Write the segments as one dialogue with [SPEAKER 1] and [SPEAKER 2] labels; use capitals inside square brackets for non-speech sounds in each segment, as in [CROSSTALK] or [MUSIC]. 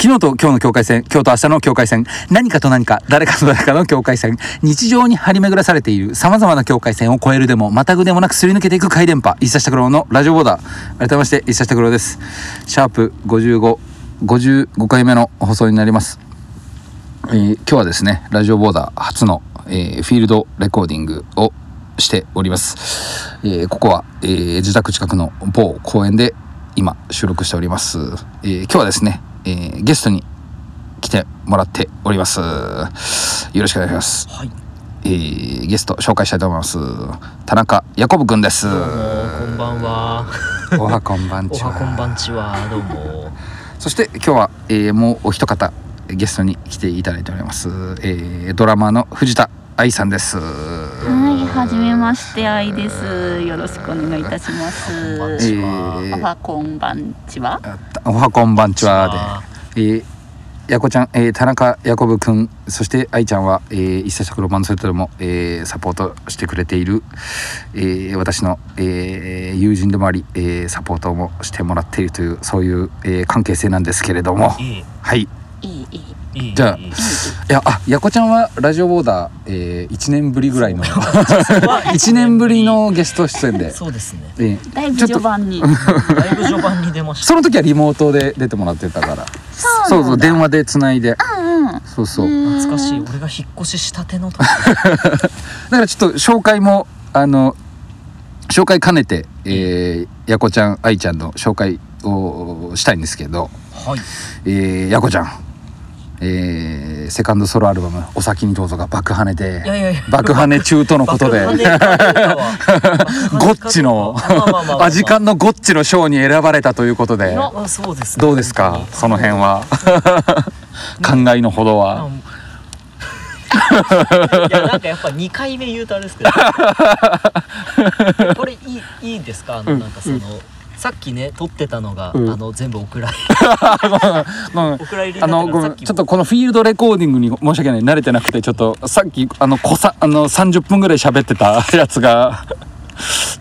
[SPEAKER 1] 昨日と今日の境界線、今日と明日の境界線、何かと何か、誰かと誰かの境界線、日常に張り巡らされている様々な境界線を越えるでも、またぐでもなくすり抜けていく回電波、石下拓郎のラジオボーダー。改めまして、石下拓郎です。シャープ55、55回目の放送になります。えー今日はですねラジオボーダー初の、えーフィールドレコーディングをしております、えーここは、えー自宅近くの某公園で今収録しております、えー今日はですね、えーゲストに来てもらっておりますよろしくお願いします、
[SPEAKER 2] はい。
[SPEAKER 1] えーゲスト紹介したいと思います田中ヤコブくんです
[SPEAKER 2] どうもこんばんは。 [LAUGHS]
[SPEAKER 1] おはこんばん
[SPEAKER 2] お
[SPEAKER 1] ち
[SPEAKER 2] はこんば
[SPEAKER 1] は
[SPEAKER 2] んちは。どうも。
[SPEAKER 1] そして今日は、えーもうお一方ゲストに来ていただいております、えードラマーの藤田愛さんです
[SPEAKER 3] はい、はじめまして、あいです。よろしくお願いいたします。
[SPEAKER 2] こんばん
[SPEAKER 1] え
[SPEAKER 2] ち
[SPEAKER 3] お
[SPEAKER 1] ー
[SPEAKER 3] はこんばんちは。
[SPEAKER 1] おはこんばんちはで、えー、やこちゃん、えー、田中やこぶくんそして愛ちゃんは、えー、一冊黒バンドセットでも、えー、サポートしてくれている、えー、私の、えー、友人でもあり、えー、サポートもしてもらっているというそういう、えー、関係性なんですけれども
[SPEAKER 2] いい
[SPEAKER 1] はいい
[SPEAKER 3] いい、いい。
[SPEAKER 2] いい。
[SPEAKER 1] じゃあ
[SPEAKER 2] いい
[SPEAKER 1] やあやこちゃんはラジオボーダー、えー、1年ぶりぐらいの [LAUGHS]
[SPEAKER 2] は
[SPEAKER 1] 1年ぶり。のゲスト出演で、
[SPEAKER 2] [LAUGHS] そうですね。
[SPEAKER 1] えー
[SPEAKER 3] だいぶ
[SPEAKER 1] ちょっと
[SPEAKER 3] 序盤に。
[SPEAKER 2] だいぶ序盤に出ました。
[SPEAKER 1] その時はリモートで出てもらってたから
[SPEAKER 3] そうなんだ
[SPEAKER 1] 電話でつないで
[SPEAKER 3] うんうん。
[SPEAKER 1] そうそう、
[SPEAKER 2] 懐か
[SPEAKER 3] 懐
[SPEAKER 2] しい。
[SPEAKER 3] い。
[SPEAKER 2] 俺が引っ越ししたての時。
[SPEAKER 1] だからちょっと紹介もあの紹介兼ねて、えー、やこちゃん愛ちゃんの紹介をしたいんですけど、
[SPEAKER 2] はい。
[SPEAKER 1] えー、やこちゃん、えー、セカンドソロアルバム「お先にどうぞ」が爆跳ねで
[SPEAKER 2] いやいやいや
[SPEAKER 1] 爆跳ね中とのことで
[SPEAKER 2] 爆破ねかどうかは
[SPEAKER 1] ゴッチの
[SPEAKER 2] まあまあまあまあまあ
[SPEAKER 1] アジカンのゴッチの賞に選ばれたということで
[SPEAKER 2] まあそうですね。
[SPEAKER 1] どうです
[SPEAKER 2] 本
[SPEAKER 1] か
[SPEAKER 2] 当に
[SPEAKER 1] その辺。は感慨のほど
[SPEAKER 2] あ
[SPEAKER 1] は。
[SPEAKER 2] いやなんかやっぱ2回目言うとあれです
[SPEAKER 1] [LAUGHS]
[SPEAKER 2] けどこれいいいいですかあのなんかその、さっきね撮ってたのが、
[SPEAKER 1] うん
[SPEAKER 2] あの全部お蔵入り
[SPEAKER 1] まあ
[SPEAKER 2] お蔵入りだ
[SPEAKER 1] あの
[SPEAKER 2] った
[SPEAKER 1] ご
[SPEAKER 2] からさっ
[SPEAKER 1] めん
[SPEAKER 2] き
[SPEAKER 1] ちょっとこのフィールドレコーディングに申し訳ない慣れてなくてちょっとさっきあのこさあの30分ぐらい喋って
[SPEAKER 2] [LAUGHS]
[SPEAKER 1] たやつが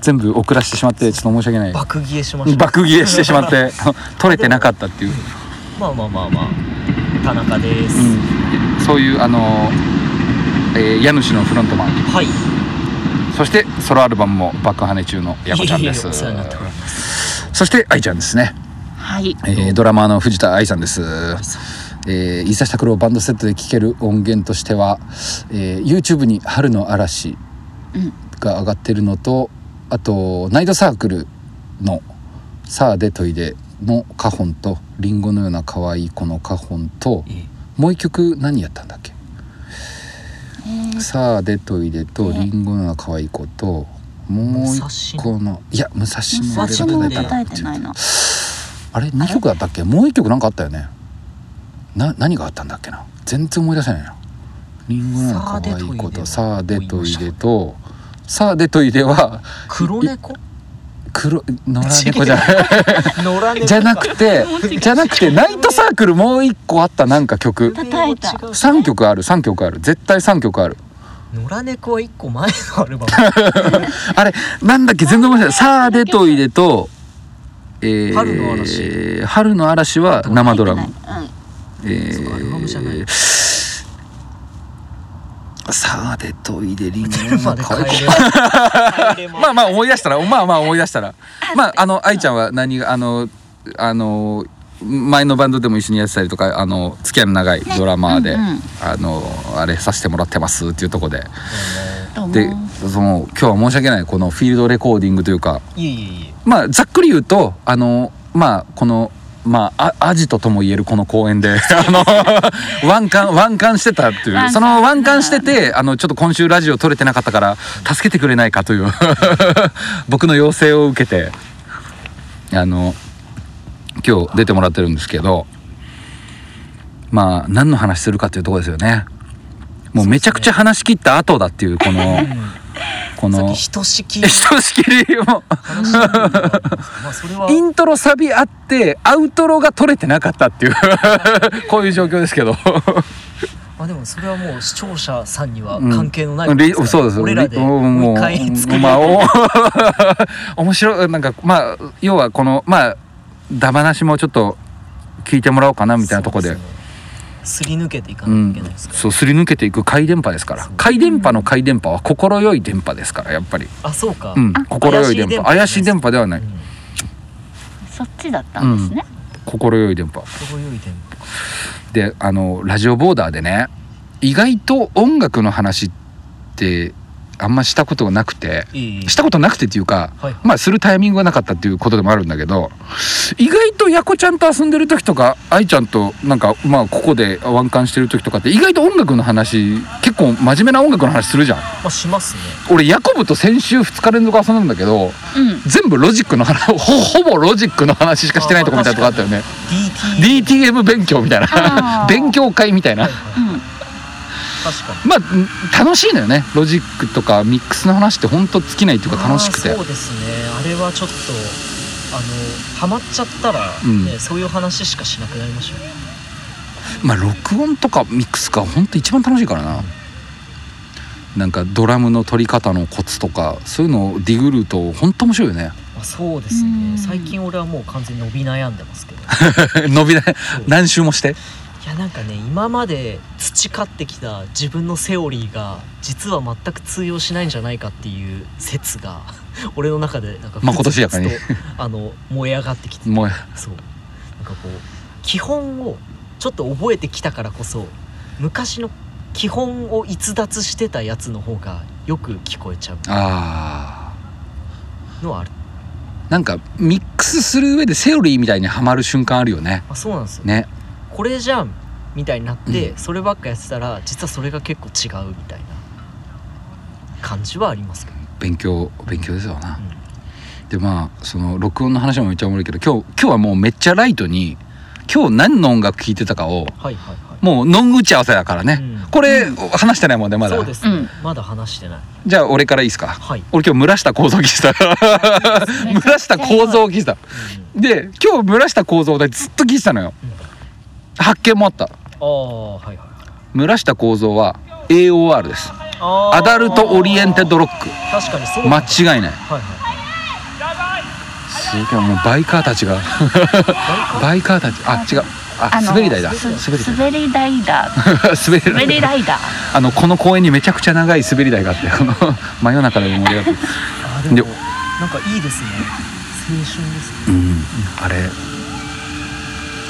[SPEAKER 1] 全部遅らしてしまってちょっと申し訳ない
[SPEAKER 2] 爆消えしました
[SPEAKER 1] 爆消えしてしまって取れてなかったっていう、
[SPEAKER 2] [LAUGHS] まあまあまあまあ田中です、
[SPEAKER 1] うん、そういうあの、えー家主のフロントマン
[SPEAKER 2] はい
[SPEAKER 1] そしてソロアルバムも爆跳ね中のやこちゃんで
[SPEAKER 2] いえいえ
[SPEAKER 1] す
[SPEAKER 2] お世話になっております
[SPEAKER 1] そして愛ちゃんですね
[SPEAKER 3] はい。
[SPEAKER 1] えードラマーの藤田愛さんです。えー、伊佐拓郎バンドセットで聴ける音源としては、えー YouTube に「春の嵐
[SPEAKER 3] うん」
[SPEAKER 1] が上がってるのとあと「ナイトサークル」の「さあでといで」の花本と「リンゴのような可愛い子」の花本ともう一曲何やったんだっけ
[SPEAKER 3] え
[SPEAKER 1] 「
[SPEAKER 3] ー
[SPEAKER 1] さあでといで」と「リンゴのような可愛い子」ともう一個のいや武蔵野
[SPEAKER 3] 私
[SPEAKER 1] で叩
[SPEAKER 3] も
[SPEAKER 1] いたら
[SPEAKER 3] 答えてないな。
[SPEAKER 1] あれ2曲だったっけもう1曲なんかあったよねな何があったんだっけな全然思い出せないなリンゴなの可愛いことさ
[SPEAKER 2] さ
[SPEAKER 1] あ
[SPEAKER 2] あ
[SPEAKER 1] で
[SPEAKER 2] で
[SPEAKER 1] と
[SPEAKER 2] と
[SPEAKER 1] い
[SPEAKER 2] い
[SPEAKER 1] で
[SPEAKER 2] で
[SPEAKER 1] とさあでといでは
[SPEAKER 2] 黒
[SPEAKER 1] [LAUGHS]
[SPEAKER 2] 猫
[SPEAKER 1] 黒野良猫じゃない
[SPEAKER 2] 野良猫か
[SPEAKER 1] [LAUGHS] じゃなくてじゃなくてナイトサークルもう1個あったなんか曲
[SPEAKER 3] 叩いた
[SPEAKER 2] 違う
[SPEAKER 1] 3曲ある3曲ある絶対3曲ある
[SPEAKER 2] 野良猫は1個前のアルバム
[SPEAKER 1] あれなんだっけ全然面白いさあでといでとえー
[SPEAKER 2] 春の嵐
[SPEAKER 1] 春の嵐は生ドラム
[SPEAKER 3] 入ってない
[SPEAKER 1] え
[SPEAKER 2] そうかアルバムじゃない
[SPEAKER 1] さあでといでりんご
[SPEAKER 2] 出るまで帰
[SPEAKER 1] 可愛い [LAUGHS]
[SPEAKER 2] れる
[SPEAKER 1] まあまあ思い出したらまあまあ思い出したらまああの愛ちゃんは何があのあの前のバンドでも一緒にやってたりとかあの付き合いの長いドラマーで、
[SPEAKER 3] うんうん
[SPEAKER 1] あのあれさせてもらってますっていうところで
[SPEAKER 3] うん。ど
[SPEAKER 1] で
[SPEAKER 3] うも。
[SPEAKER 1] その今日は申し訳ないこのフィールドレコーディングというか
[SPEAKER 2] いえいえいえ
[SPEAKER 1] まあざっくり言うとあのまあこのまあアアジトとも言えるこの公園で [LAUGHS] あのワンカンワンカンしてたってい
[SPEAKER 3] 湾
[SPEAKER 1] う
[SPEAKER 3] 岸
[SPEAKER 1] そのワンカンしててあのちょっと今週ラジオ撮れてなかったから助けてくれないかという [LAUGHS] 僕の要請を受けてあの今日出てもらってるんですけどまあ何の話するかというところですよね。もうめちゃくちゃ話し切った後だっていうこのこ
[SPEAKER 2] さっ
[SPEAKER 1] の
[SPEAKER 2] きひとし
[SPEAKER 1] [LAUGHS]
[SPEAKER 2] き
[SPEAKER 1] ひとしきりもう
[SPEAKER 2] 話したのがまあそれは
[SPEAKER 1] イントロサビあってアウトロが取れてなかったっていう [LAUGHS] こういう状況ですけ
[SPEAKER 2] [LAUGHS]
[SPEAKER 1] ど
[SPEAKER 2] まあでもそれはもう視聴者さんには関係のないこと
[SPEAKER 1] リ
[SPEAKER 2] ですか
[SPEAKER 1] そう
[SPEAKER 2] ら
[SPEAKER 1] です
[SPEAKER 2] 俺らで
[SPEAKER 1] リもう
[SPEAKER 2] もう一回作る
[SPEAKER 1] [LAUGHS] まあお面白いなんかまあ要はこのまあダバなしもちょっと聞いてもらおうかなみたいなとこで
[SPEAKER 2] そうですねすり抜けていか
[SPEAKER 1] う
[SPEAKER 2] ないといけ
[SPEAKER 1] ん
[SPEAKER 2] ないです、から、
[SPEAKER 1] そうすり抜けていく快電波ですから快電波の快電波は快い電波ですからやっぱり、
[SPEAKER 2] あそうか、
[SPEAKER 1] うん、快い電波怪しい電波ではな
[SPEAKER 2] う
[SPEAKER 1] い
[SPEAKER 2] ん
[SPEAKER 3] そっちだったんですね。
[SPEAKER 1] 快い電波
[SPEAKER 2] 程よい電波
[SPEAKER 1] であのラジオボーダーでね意外と音楽の話ってあんましたことがなくて
[SPEAKER 2] いい
[SPEAKER 1] したことなくてっていうか、
[SPEAKER 2] はい
[SPEAKER 1] まあするタイミングがなかったっていうことでもあるんだけど意外とやこちゃんと遊んでる時とか愛ちゃんとなんかまあここでワンカンしてる時とかって意外と音楽の話結構真面目な音楽の話するじゃん
[SPEAKER 2] まあしますね
[SPEAKER 1] 俺ヤコブと先週2日連続遊んだんだけど
[SPEAKER 3] うん。
[SPEAKER 1] 全部ロジックの話 [LAUGHS] ほほぼロジックの話しかしてないとこみたいなとこあったよね
[SPEAKER 2] DT
[SPEAKER 1] DTM 勉強みたい
[SPEAKER 3] あ
[SPEAKER 1] な
[SPEAKER 3] ー
[SPEAKER 1] [LAUGHS] 勉強会みたいな
[SPEAKER 2] はいはい
[SPEAKER 3] うん。
[SPEAKER 2] 確かに
[SPEAKER 1] まあ楽しいのよねロジックとかミックスの話ってほんと尽きないっていうか楽しくて
[SPEAKER 2] あーそうですねあれはちょっとあのハマっちゃったら、
[SPEAKER 1] うん
[SPEAKER 2] ねそういう話しかしなくなりましたよね
[SPEAKER 1] まあ録音とかミックスがほんと一番楽しいからななんかドラムの取り方のコツとかそういうのをディグるとほんと面白いよね [LAUGHS]
[SPEAKER 2] あそうですね
[SPEAKER 3] うん
[SPEAKER 2] 最近俺はもう完全に伸び悩んでますけど
[SPEAKER 1] 伸びない
[SPEAKER 2] そうい
[SPEAKER 1] 何周もして
[SPEAKER 2] やなんかね今まで培ってきた自分のセオリーが実は全く通用しないんじゃないかっていう説が [LAUGHS] 俺の中でなんか
[SPEAKER 1] まあ今年やからね
[SPEAKER 2] ふつふつとあの燃え上がってきて
[SPEAKER 1] もう
[SPEAKER 2] そうなんかこう基本をちょっと覚えてきたからこそ昔の基本を逸脱してたやつの方がよく聞こえちゃう
[SPEAKER 1] ああ
[SPEAKER 2] のはある
[SPEAKER 1] なんかミックスする上でセオリーみたいにはまる瞬間あるよね。
[SPEAKER 2] あそうなんですよ、
[SPEAKER 1] ね。
[SPEAKER 2] これじゃんみたいになって、
[SPEAKER 1] う
[SPEAKER 2] そればっかやってたら実はそれが結構違うみたいな感じはありますけど、
[SPEAKER 1] 勉強勉強ですよな。
[SPEAKER 2] うん
[SPEAKER 1] でまあその録音の話もめっちゃおもろいけど今日今日はもうめっちゃライトに今日何の音楽聴いてたかを
[SPEAKER 2] はいはいはい
[SPEAKER 1] もうノン打ち合わせだからね。
[SPEAKER 2] うん
[SPEAKER 1] これ話してないもんねまだ。
[SPEAKER 2] そうですね、
[SPEAKER 3] うん
[SPEAKER 2] まだ話してない
[SPEAKER 1] じゃあ俺からいいですか。
[SPEAKER 2] はい、
[SPEAKER 1] 俺今日村下構造聞いてた。村下構造聞いてた。
[SPEAKER 2] うん
[SPEAKER 1] で今日村下構造でずっと聞いてたのよ。発見もあった。
[SPEAKER 2] ああはいはいはい
[SPEAKER 1] 村下構造は AOR です。
[SPEAKER 2] あー
[SPEAKER 1] アダルトオリエンテッドロック。
[SPEAKER 2] 確かにそう
[SPEAKER 1] 間
[SPEAKER 2] い
[SPEAKER 1] 違いな
[SPEAKER 2] は
[SPEAKER 1] い。
[SPEAKER 2] いはい
[SPEAKER 1] すげえもうバイカーたちが [LAUGHS] バイカーたちあ違うあ
[SPEAKER 3] あの
[SPEAKER 1] 滑り台だ
[SPEAKER 3] す
[SPEAKER 1] 滑り台
[SPEAKER 3] 滑り台だ。
[SPEAKER 1] [LAUGHS] 滑り
[SPEAKER 3] 滑
[SPEAKER 1] 台
[SPEAKER 3] り台
[SPEAKER 1] [LAUGHS]
[SPEAKER 3] だ。
[SPEAKER 1] あのこの公園にめちゃくちゃ長い滑り台があってこの真夜中でも盛り上がって
[SPEAKER 2] あでも
[SPEAKER 1] で
[SPEAKER 2] なんかいいですね青春ですね
[SPEAKER 1] うんあれ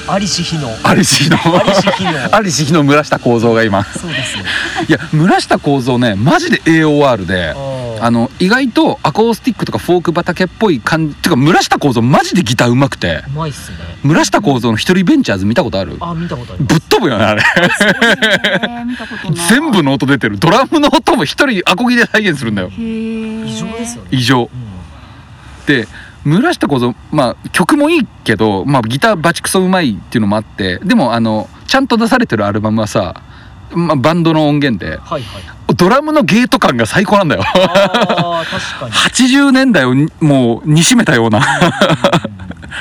[SPEAKER 2] ありし日の
[SPEAKER 1] アリシ [LAUGHS] の
[SPEAKER 2] アリシヒの
[SPEAKER 1] アリシヒの村下構造が
[SPEAKER 2] [LAUGHS]
[SPEAKER 1] 今
[SPEAKER 2] そうですね
[SPEAKER 1] いや村下構造ねマジで AOR で
[SPEAKER 2] あ
[SPEAKER 1] あの意外とアコースティックとかフォーク畑っぽい感じてか村下構造マジでギターうまくて
[SPEAKER 2] うまいっすね
[SPEAKER 1] 村下構造の一人ベンチャーズ見たことある
[SPEAKER 2] あ見たことあります
[SPEAKER 1] ぶっ飛ぶよねあれ
[SPEAKER 3] へー見たことない。
[SPEAKER 1] 全部。の音出てるドラムの音も一人アコギで再現するんだよ
[SPEAKER 3] へー
[SPEAKER 2] 異常
[SPEAKER 3] [LAUGHS]
[SPEAKER 2] ですよね
[SPEAKER 1] 異
[SPEAKER 2] う
[SPEAKER 1] 常
[SPEAKER 2] ん
[SPEAKER 1] で村下小僧まあ曲もいいけど、まあ、ギターバチクソうまいっていうのもあってでもあのちゃんと出されてるアルバムはさ、まあ、バンドの音源で
[SPEAKER 2] はいはい
[SPEAKER 1] ドラムのゲート感が最高なんだよ [LAUGHS]
[SPEAKER 2] あー確かに
[SPEAKER 1] 80年代をにもう煮しめたような [LAUGHS]
[SPEAKER 2] うん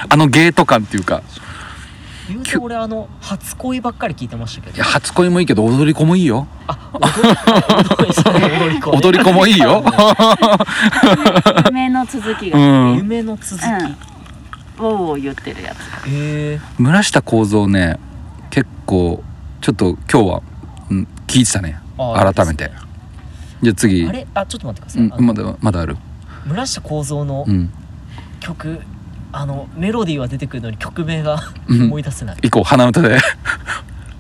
[SPEAKER 1] あのゲート感っていうか
[SPEAKER 2] 言うて俺あの初恋ばっかり聞いてましたけ
[SPEAKER 1] い
[SPEAKER 2] ど
[SPEAKER 1] や初恋もいいけど踊り子もいいよ
[SPEAKER 2] あ踊り子踊り子ね
[SPEAKER 1] 踊り子もいいよ
[SPEAKER 3] 夢の続き
[SPEAKER 1] [LAUGHS] う
[SPEAKER 3] が。うん。
[SPEAKER 1] ん
[SPEAKER 2] 夢の続き
[SPEAKER 3] ウォーを言ってるや
[SPEAKER 2] へ
[SPEAKER 3] つ。
[SPEAKER 2] え
[SPEAKER 1] 村下小僧ね結構ちょっと今日は、うん、聞いてたね
[SPEAKER 2] あ
[SPEAKER 1] 改めてじゃあ次
[SPEAKER 2] あれあちょっと待ってくださ
[SPEAKER 1] う
[SPEAKER 2] い
[SPEAKER 1] ん
[SPEAKER 2] あの
[SPEAKER 1] まだまだある
[SPEAKER 2] 村下幸三の
[SPEAKER 1] うん
[SPEAKER 2] 曲あのメロディーは出てくるのに曲名が
[SPEAKER 1] うん
[SPEAKER 2] 思い出せない
[SPEAKER 1] 以降鼻歌で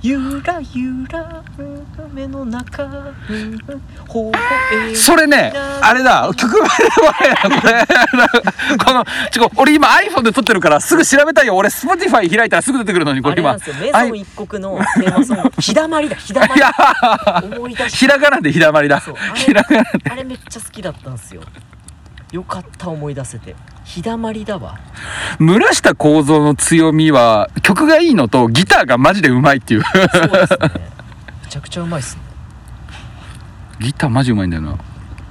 [SPEAKER 2] ゆらゆら夢の中ほ
[SPEAKER 1] それねあれだ曲名はこれ [LAUGHS] このちょ俺今 iPhone で撮ってるからすぐ調べたいよ俺 Spotify 開いたらすぐ出てくるのにこ
[SPEAKER 2] あ
[SPEAKER 1] れ
[SPEAKER 2] れな
[SPEAKER 1] 今
[SPEAKER 2] んですよ、メゾン一国のテーマソ
[SPEAKER 1] [LAUGHS]
[SPEAKER 2] ング、ひだまりだ、ひだま
[SPEAKER 1] いや
[SPEAKER 2] り。思い出
[SPEAKER 1] ひ
[SPEAKER 2] した。
[SPEAKER 1] らがなでひだまりだ
[SPEAKER 2] そうあれ
[SPEAKER 1] ひらがなで
[SPEAKER 2] あれめっちゃ好きだったんですよ。よかった、思い出せて。ひだまりだ
[SPEAKER 1] [LAUGHS]
[SPEAKER 2] わ。
[SPEAKER 1] 村下幸三の強みは曲がいいのとギターがマジでうまいっていう [LAUGHS]
[SPEAKER 2] そうですね。めちゃくちゃうまいっすね。
[SPEAKER 1] ギターマジうまいんだよな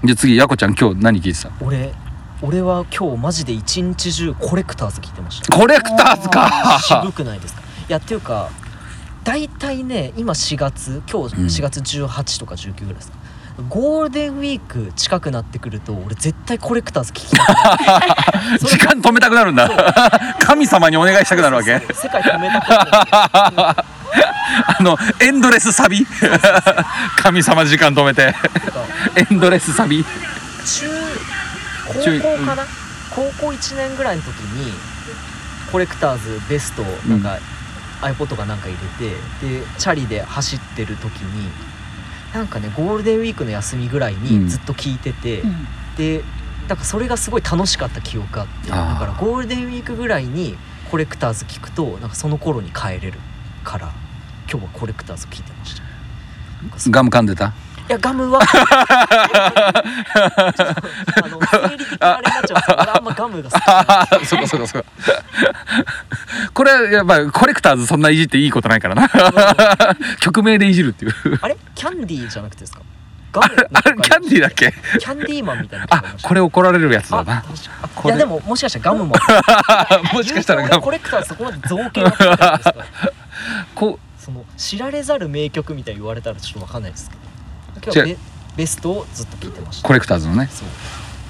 [SPEAKER 1] じゃあ次やこちゃん今日何聴いてた
[SPEAKER 2] 俺、俺は今日マジで一日中コレクターズ聞いてました。
[SPEAKER 1] コレクターズ
[SPEAKER 2] 渋
[SPEAKER 1] か
[SPEAKER 2] くないですか。いや、っていうか。大体ね、今4月、今日4月18とか19ぐらいですか。ゴールデンウィーク近くなってくると俺絶対コレクターズ聞きたい
[SPEAKER 1] 時間止めたくなるんだ [LAUGHS] 神様にお願いしたくなるわけ
[SPEAKER 2] 世界止めたくなるわけ
[SPEAKER 1] あのエンドレスサビ [LAUGHS] 神様時間止めてエンドレスサビ
[SPEAKER 2] 中
[SPEAKER 1] 中
[SPEAKER 2] 高校かな、高校1年ぐらいの時にコレクターズベストなんか、iPod かなんか入れてでチャリで走ってる時になんかねゴールデンウィークの休みぐらい
[SPEAKER 1] うん
[SPEAKER 2] にずっと聞いてて、
[SPEAKER 3] うん
[SPEAKER 2] でなんかそれがすごい楽しかった記憶があって
[SPEAKER 1] あー
[SPEAKER 2] だからゴールデンウィークぐらいにコレクターズ聞くとなんかその頃に帰れるから今日はコレクターズ聞いてましたなんかそう
[SPEAKER 1] ガム噛んでた
[SPEAKER 2] いやガムはちょっとあの生理的なあれになっちゃうんですけど俺あんまガム
[SPEAKER 1] [LAUGHS]
[SPEAKER 2] が好きじゃない
[SPEAKER 1] あ [LAUGHS] あ、そこそこそこ。これはやっぱコレクターズそんないじっていいことないからな。曲名でいじるっていう。
[SPEAKER 2] あれキャンディーじゃなくてですかガム
[SPEAKER 1] あれキャンディーだっけ
[SPEAKER 2] キャンディーマンみたいなの聞いて
[SPEAKER 1] あ
[SPEAKER 2] ま、した
[SPEAKER 1] これ怒られるやつだ
[SPEAKER 2] あ
[SPEAKER 1] な。
[SPEAKER 2] 確か
[SPEAKER 1] こ
[SPEAKER 2] い
[SPEAKER 1] れ
[SPEAKER 2] やでももしかしたらガムも
[SPEAKER 1] [LAUGHS] もしかしたら
[SPEAKER 2] 有効な
[SPEAKER 1] が
[SPEAKER 2] コレクターズそこまで造形がついてたんですから
[SPEAKER 1] こ
[SPEAKER 2] その知られざる名曲みたいに言われたらちょっとわかんないですけど今日は
[SPEAKER 1] 違
[SPEAKER 2] ベベストをずっと聞いてました
[SPEAKER 1] コレクターズのね。
[SPEAKER 2] そう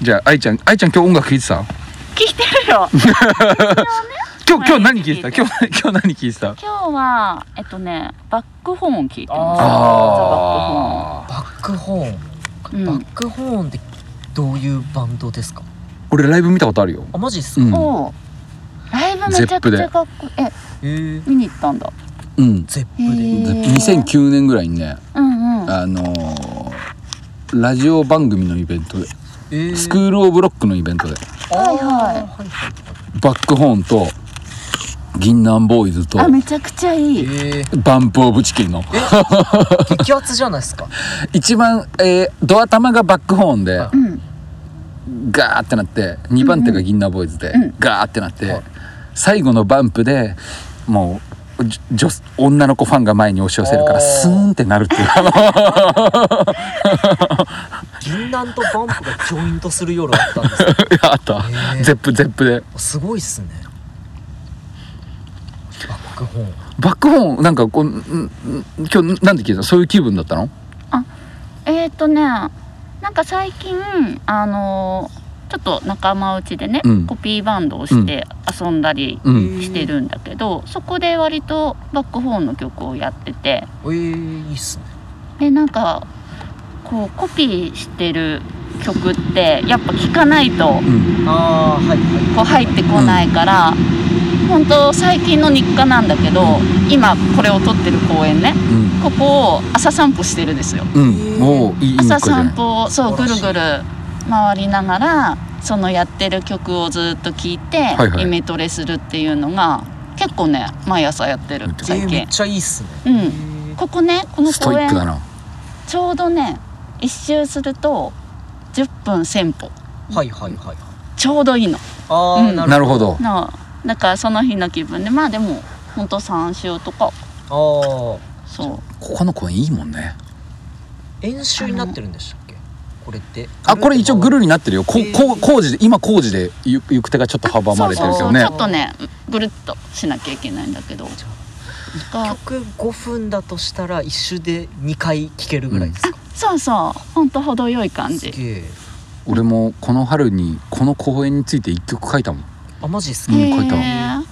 [SPEAKER 1] じゃあ、愛ちゃん、愛ちゃん今日音楽聴いてた
[SPEAKER 3] 聞いて
[SPEAKER 1] [LAUGHS]
[SPEAKER 3] るよ
[SPEAKER 1] 今日、今日何聴
[SPEAKER 3] 毎
[SPEAKER 1] いて
[SPEAKER 3] 日
[SPEAKER 1] た
[SPEAKER 3] 聴いて
[SPEAKER 1] 今日、 [LAUGHS] 今日何聴いてた
[SPEAKER 3] 今日はえっとねバックホーン聞いてます
[SPEAKER 1] ああ。
[SPEAKER 2] バックホーン、
[SPEAKER 3] うん
[SPEAKER 2] バックホーンってどういうバンドですか
[SPEAKER 1] 俺ライブ見たことあるよ。
[SPEAKER 2] あマジっす
[SPEAKER 1] う
[SPEAKER 2] か、
[SPEAKER 1] ん。
[SPEAKER 3] おうライブめちゃくちゃかっこいいえ
[SPEAKER 2] へー
[SPEAKER 3] 見に行ったんだ
[SPEAKER 1] うん。
[SPEAKER 2] ゼップ
[SPEAKER 3] へ
[SPEAKER 2] で、
[SPEAKER 3] ー
[SPEAKER 1] 2009年ぐらいにね、
[SPEAKER 3] うんうん
[SPEAKER 1] あのー、ラジオ番組のイベントで、
[SPEAKER 2] えー
[SPEAKER 1] スクールオブロックのイベントで、
[SPEAKER 3] はいは
[SPEAKER 2] あ
[SPEAKER 3] い
[SPEAKER 2] ーはいはい
[SPEAKER 1] バックホーンと、銀杏ボーイズと、
[SPEAKER 3] あめちゃくちゃいい
[SPEAKER 2] え
[SPEAKER 1] バンプオブチキンの
[SPEAKER 2] ー、激アツじゃないですか。
[SPEAKER 1] 一番、えードア玉がバックホーンで
[SPEAKER 2] は
[SPEAKER 3] うん
[SPEAKER 1] ガーってなって2番手がギンナーボーイズで
[SPEAKER 3] うん
[SPEAKER 1] ガーってなって、
[SPEAKER 2] はい
[SPEAKER 1] 最後のバンプでもうじ女女の子ファンが前に押し寄せるから
[SPEAKER 2] おー
[SPEAKER 1] スーンってなるって
[SPEAKER 3] [LAUGHS]
[SPEAKER 1] いうあの
[SPEAKER 2] 銀杏とバンプがジョイントする夜だったんですよ。
[SPEAKER 1] あった
[SPEAKER 2] へー
[SPEAKER 1] ゼップゼップです
[SPEAKER 2] ごいっすね。バックホーン。
[SPEAKER 1] バックホーンなんかこう、んん今日なんで聞いたのそういう気分だったの
[SPEAKER 3] えっ、とねなんか最近あのーちょっと仲間内でね、
[SPEAKER 1] うん
[SPEAKER 3] コピーバンドをして遊んだり
[SPEAKER 1] うん
[SPEAKER 3] してるんだけど、そこで割とバックホーンの曲をやってて
[SPEAKER 2] えー、いいっすね。
[SPEAKER 3] でなんかこうコピーしてる曲ってやっぱ聴かないと
[SPEAKER 1] うん
[SPEAKER 2] ああ、はいはい。
[SPEAKER 3] こう入ってこないから、本当最近の日課なんだけど今これを撮ってる公園ね
[SPEAKER 1] うん
[SPEAKER 3] ここを朝散歩してるんですよ。
[SPEAKER 1] うんもういいいい
[SPEAKER 3] 朝
[SPEAKER 1] 子じゃな
[SPEAKER 3] 散
[SPEAKER 1] い
[SPEAKER 3] 歩をそう
[SPEAKER 2] 素晴ら
[SPEAKER 3] ぐる
[SPEAKER 2] しい
[SPEAKER 3] ぐる回りながらそのやってる曲をずっと聴いて、
[SPEAKER 1] はいはい
[SPEAKER 3] イメトレするっていうのが結構ね毎朝やってる
[SPEAKER 1] うん
[SPEAKER 2] えー、
[SPEAKER 3] 最
[SPEAKER 2] めっ
[SPEAKER 3] 近、
[SPEAKER 2] ちゃいいっすね。
[SPEAKER 3] うん
[SPEAKER 2] えー
[SPEAKER 3] ここねこの
[SPEAKER 1] スト
[SPEAKER 3] 公
[SPEAKER 1] イックだ
[SPEAKER 3] 園
[SPEAKER 1] な
[SPEAKER 3] ちょうどね一周すると10分1000歩
[SPEAKER 2] はいはいはい。
[SPEAKER 3] ちょうどいいの
[SPEAKER 2] ああ、
[SPEAKER 3] うん
[SPEAKER 1] なるほど
[SPEAKER 3] なだからその日の気分でまあでもほんと3周とか
[SPEAKER 2] ど。あ
[SPEAKER 3] そう
[SPEAKER 1] ここの公園いいもんね
[SPEAKER 2] あ、演習になってるんでしたっけ。これって。
[SPEAKER 1] あこれ一応グルになってるよこ
[SPEAKER 2] えー
[SPEAKER 1] こう工事で今工事で行行く手がちょっと阻まれてるけどね
[SPEAKER 3] そうそうそうちょっとねぐるっとしなきゃいけないんだけどなんか
[SPEAKER 2] 曲5分だとしたら一周で2回聴けるぐらいですか、
[SPEAKER 3] そうそうほんと程よい感
[SPEAKER 2] す
[SPEAKER 3] じ
[SPEAKER 2] げえ
[SPEAKER 1] 俺もこの春にこの公園について一曲書いたもん
[SPEAKER 2] あマジっす
[SPEAKER 1] う
[SPEAKER 2] か、
[SPEAKER 1] ん書いた
[SPEAKER 3] へー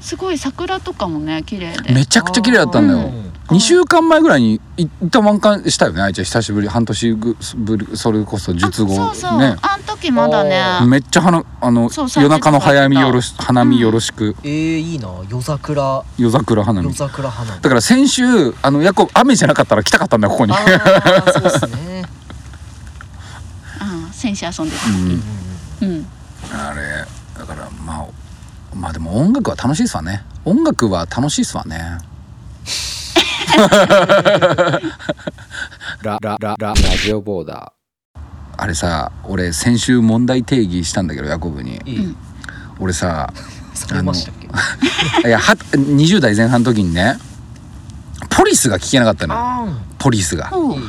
[SPEAKER 3] すごい桜とかもね綺麗で
[SPEAKER 1] めちゃくちゃ綺麗だったんだ
[SPEAKER 3] あ
[SPEAKER 1] よ
[SPEAKER 3] ー
[SPEAKER 1] 2週間前ぐらいにい一旦満館したよねあいちゃん久しぶり半年ぶりそれこそ術後
[SPEAKER 3] あそうそう、
[SPEAKER 1] ね
[SPEAKER 3] あん時まだね
[SPEAKER 1] めっちゃ花あの
[SPEAKER 3] そう
[SPEAKER 1] 夜中の早見よろし花見
[SPEAKER 3] うん
[SPEAKER 1] よろしく
[SPEAKER 2] えー、いいな夜桜
[SPEAKER 1] 夜桜花見
[SPEAKER 2] 夜
[SPEAKER 1] だ
[SPEAKER 2] 桜花火
[SPEAKER 1] から先週あのやこ雨じゃなかったら来たかったんだよここに
[SPEAKER 2] あーそうですね、
[SPEAKER 3] うん先週遊んで
[SPEAKER 1] う
[SPEAKER 2] うんうん
[SPEAKER 1] ん
[SPEAKER 3] うん
[SPEAKER 1] あれだからまあまあでも音楽は楽しいっすわね音楽は楽しいっすわね
[SPEAKER 4] [LAUGHS] ラララララジオボーダ
[SPEAKER 1] あれさ俺先週問題定義したんだけどヤコブに
[SPEAKER 2] うんいい
[SPEAKER 1] 俺さ
[SPEAKER 2] されましたっけ
[SPEAKER 1] いやは20代前半の時にねポリスが聞けなかったのよ
[SPEAKER 2] あ
[SPEAKER 1] ポリスが
[SPEAKER 2] ー
[SPEAKER 3] お
[SPEAKER 2] いうい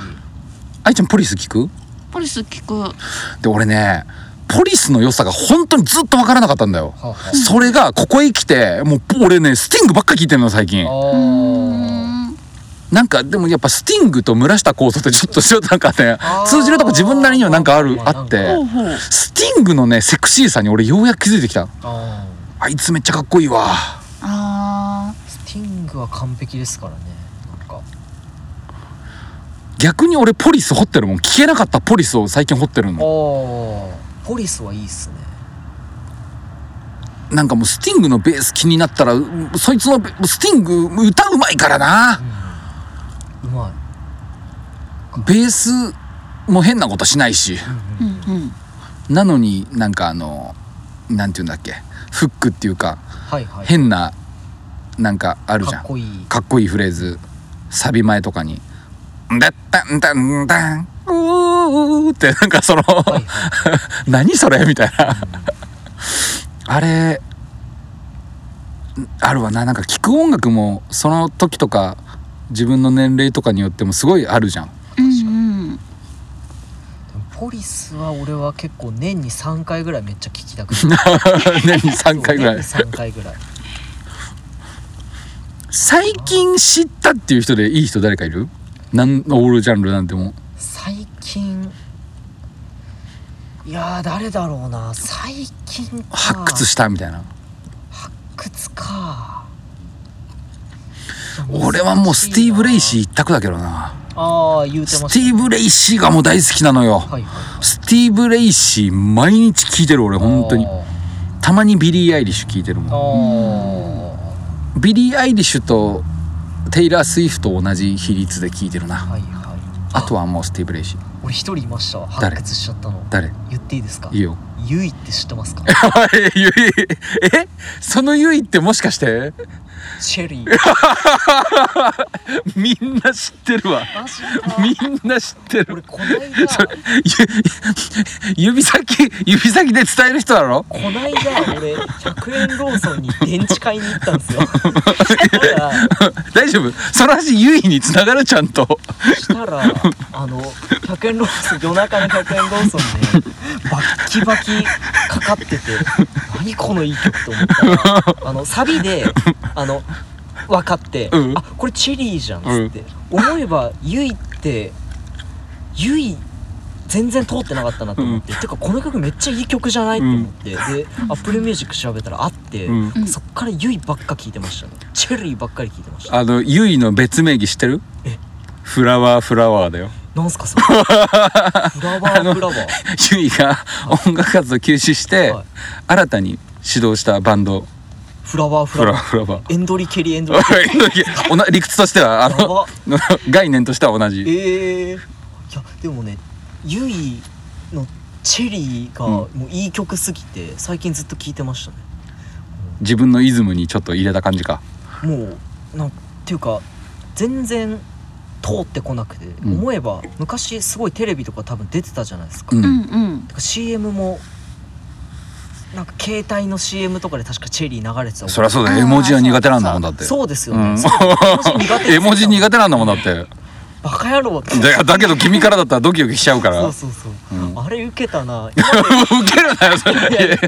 [SPEAKER 1] 愛ちゃんポリス聞く
[SPEAKER 3] ポリス聞く
[SPEAKER 1] で俺ねポリスの良さが本当にずっと分からなかったんだよ
[SPEAKER 2] はあはあ
[SPEAKER 1] それがここへ来てもう俺ねスティングばっか聞いてるの最近
[SPEAKER 2] あ
[SPEAKER 3] う
[SPEAKER 2] ー
[SPEAKER 3] ーん
[SPEAKER 1] なんかでもやっぱスティングと村下構造ってちょっとちょっとなんかね
[SPEAKER 2] あー
[SPEAKER 1] 通じるとこ自分なりにはなんかある
[SPEAKER 2] まあ
[SPEAKER 1] あって
[SPEAKER 2] なん
[SPEAKER 3] ほうほう
[SPEAKER 1] スティングのねセクシーさに俺ようやく気づいてきた
[SPEAKER 2] あ
[SPEAKER 1] あいつめっちゃかっこいいわ
[SPEAKER 3] あ
[SPEAKER 2] ースティングは完璧ですからねなんか
[SPEAKER 1] 逆に俺ポリス掘ってるもん聞けなかったポリスを最近掘ってるの
[SPEAKER 2] ああポリスはいいっすね
[SPEAKER 1] なんかもうスティングのベース気になったらうそいつのベスティング歌うまいからな
[SPEAKER 2] うんうま
[SPEAKER 1] ベースも変なことしないし
[SPEAKER 2] い、うん
[SPEAKER 3] ーう
[SPEAKER 2] うん
[SPEAKER 3] んうん
[SPEAKER 1] なのになんかあのなんて言うんだっけフックっていうか
[SPEAKER 2] はいはい
[SPEAKER 1] 変ななんかあるじゃ
[SPEAKER 2] か
[SPEAKER 1] ん
[SPEAKER 2] っこいい
[SPEAKER 1] かっこいいフレーズサビ前とかに「んだったんだんだんうー」ってなんかその
[SPEAKER 2] はい
[SPEAKER 1] 「
[SPEAKER 2] はい
[SPEAKER 1] [LAUGHS] 何それ?」みたいなあれあるわななんか聴く音楽もその時とか自分の年齢とかによってもすごいあるじゃ
[SPEAKER 2] [LAUGHS]
[SPEAKER 1] ん
[SPEAKER 3] うんうん
[SPEAKER 2] ポリスは俺は結構年に3回ぐらいめっちゃ聞きた
[SPEAKER 1] [LAUGHS]
[SPEAKER 2] くなる
[SPEAKER 1] 年に3回ぐらい
[SPEAKER 2] そう年に3回ぐらい
[SPEAKER 1] 最近知ったっていう人でいい人誰かいるなんオールジャンルなんても
[SPEAKER 2] 最近いやー誰だろうな最近か
[SPEAKER 1] 発掘したみたいな
[SPEAKER 2] 発掘か
[SPEAKER 1] 俺はもうスティーブ・レイシー
[SPEAKER 2] ー
[SPEAKER 1] 一択だけどな
[SPEAKER 2] ああ言うて
[SPEAKER 1] ス
[SPEAKER 2] ま
[SPEAKER 1] テ
[SPEAKER 2] した
[SPEAKER 1] ィーブ・レイシーがもう大好きなのよ
[SPEAKER 2] はいはい
[SPEAKER 1] スティーブ・レイシー毎日聞いてる俺本当に
[SPEAKER 2] あー
[SPEAKER 1] たまにビリー・アイリッシュ聞いてるも
[SPEAKER 2] あ
[SPEAKER 1] んビリー・アイリッシュとテイラー・スウィフト同じ比率で聞いてる
[SPEAKER 2] ー
[SPEAKER 1] な
[SPEAKER 2] はいはい
[SPEAKER 1] あとはもうスティーブ・レイシー
[SPEAKER 2] 俺一人いましたわ
[SPEAKER 1] 誰
[SPEAKER 2] 発掘しちゃったの
[SPEAKER 1] 誰
[SPEAKER 2] 言っていいですか
[SPEAKER 1] いいよ
[SPEAKER 2] ゆいって知って
[SPEAKER 1] [LAUGHS]
[SPEAKER 2] ますか
[SPEAKER 1] えゆい [LAUGHS] えそのゆいってもしかして
[SPEAKER 2] チェリー
[SPEAKER 1] みんな知ってるわ
[SPEAKER 2] マジか
[SPEAKER 1] みんな知ってる
[SPEAKER 2] 俺こないだ
[SPEAKER 1] [LAUGHS] それゆ指先指先で伝える人だろ
[SPEAKER 2] こないだ俺100円ローソンに電池買いに行ったん
[SPEAKER 1] [LAUGHS]
[SPEAKER 2] ですよしたら
[SPEAKER 1] [LAUGHS] 大丈夫その話ゆいにつながるちゃんと
[SPEAKER 2] したらあの100円ローソン夜中の100円ローソンでバッキバキかかってて何このいい曲と思ったらあのサビであの分かって、
[SPEAKER 1] うん
[SPEAKER 2] あこれチェリーじゃんっつって、思えばゆいってゆい全然通ってなかったなと思って、てかこの曲めっちゃいい曲じゃないと思って、で Apple Music 調べたらあって、
[SPEAKER 1] うん
[SPEAKER 3] うん
[SPEAKER 2] そっからゆいばっか聞いてましたねチェリーばっかり聞いてました
[SPEAKER 1] あのゆいの別名義知ってる
[SPEAKER 2] え
[SPEAKER 1] フラワーフラワーだよ
[SPEAKER 2] なんすかそ
[SPEAKER 1] [LAUGHS]
[SPEAKER 2] れフラワーフラワー
[SPEAKER 1] ゆいが音楽活動休止して、
[SPEAKER 2] はい
[SPEAKER 1] 新たに始動したバンド
[SPEAKER 2] フラワーフ
[SPEAKER 1] フ
[SPEAKER 2] ラ
[SPEAKER 1] ラ
[SPEAKER 2] ワ
[SPEAKER 1] ワー
[SPEAKER 2] ー
[SPEAKER 1] フラワー
[SPEAKER 2] エンドリケリエンドリケ
[SPEAKER 1] おいどういうおな理屈として [LAUGHS] は
[SPEAKER 2] や
[SPEAKER 1] あ
[SPEAKER 2] ば
[SPEAKER 1] の概念としては同
[SPEAKER 2] リ
[SPEAKER 1] じ
[SPEAKER 2] ええー、いやでもねゆいのチェリーがもういい曲すぎて最近ずっと聴いてましたね
[SPEAKER 1] 自分のイズムにちょっと入れた感じか
[SPEAKER 2] もうなんていうか全然通ってこなくて、
[SPEAKER 1] ん
[SPEAKER 2] 思えば昔すごいテレビとか多分出てたじゃないですか,、
[SPEAKER 1] う
[SPEAKER 3] うんんうん
[SPEAKER 2] か CM もなんか携帯の CM とかで確かチェリー流れてた
[SPEAKER 1] そりゃそうだよ
[SPEAKER 3] あー
[SPEAKER 1] 絵文字は苦手なんだもんだって
[SPEAKER 2] そうですよ
[SPEAKER 1] う
[SPEAKER 2] ね、
[SPEAKER 1] ん [LAUGHS]
[SPEAKER 2] そう
[SPEAKER 1] 絵文字苦手なんだもんだって
[SPEAKER 2] バカ野郎って
[SPEAKER 1] だだけど君からだったらドキドキしちゃうから
[SPEAKER 2] そうそうそう、
[SPEAKER 1] うん
[SPEAKER 2] あれ受けた
[SPEAKER 1] [LAUGHS]
[SPEAKER 2] な今
[SPEAKER 1] 受けるなよそ
[SPEAKER 2] いやいや
[SPEAKER 1] れ
[SPEAKER 2] 今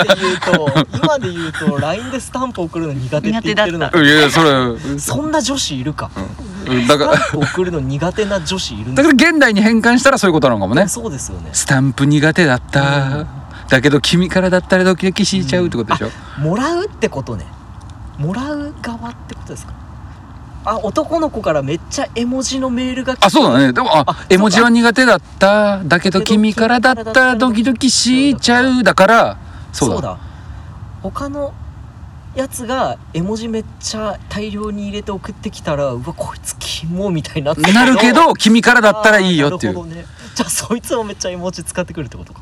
[SPEAKER 2] で言うと今で言うと LINE でスタンプ送るの苦手って言ってるの
[SPEAKER 1] いやいやそれ
[SPEAKER 2] そんな女子いるか、
[SPEAKER 1] だから
[SPEAKER 2] スタンプ送るの苦手な女子いるん
[SPEAKER 1] だ
[SPEAKER 2] だ
[SPEAKER 1] から現代に変換したらそういうことなのかもね
[SPEAKER 2] そうですよね
[SPEAKER 1] スタンプ苦手だっただけど君からだったらドキドキしちゃうってことでしょ
[SPEAKER 2] もらうってことねもらう側ってことですかあ男の子からめっちゃ絵文字のメールが来て
[SPEAKER 1] あそうだねでも
[SPEAKER 2] あ
[SPEAKER 1] あ絵文字は苦手だっただけど君からだったらドキドキしちゃうだからそうだ
[SPEAKER 2] そうだ他のやつが絵文字めっちゃ大量に入れて送ってきたらうわこいつキモみたいになって
[SPEAKER 1] なるけど君からだったらいいよってい
[SPEAKER 2] あーなる
[SPEAKER 1] う
[SPEAKER 2] ほどね、じゃあそいつもめっちゃ絵文字使ってくるってことか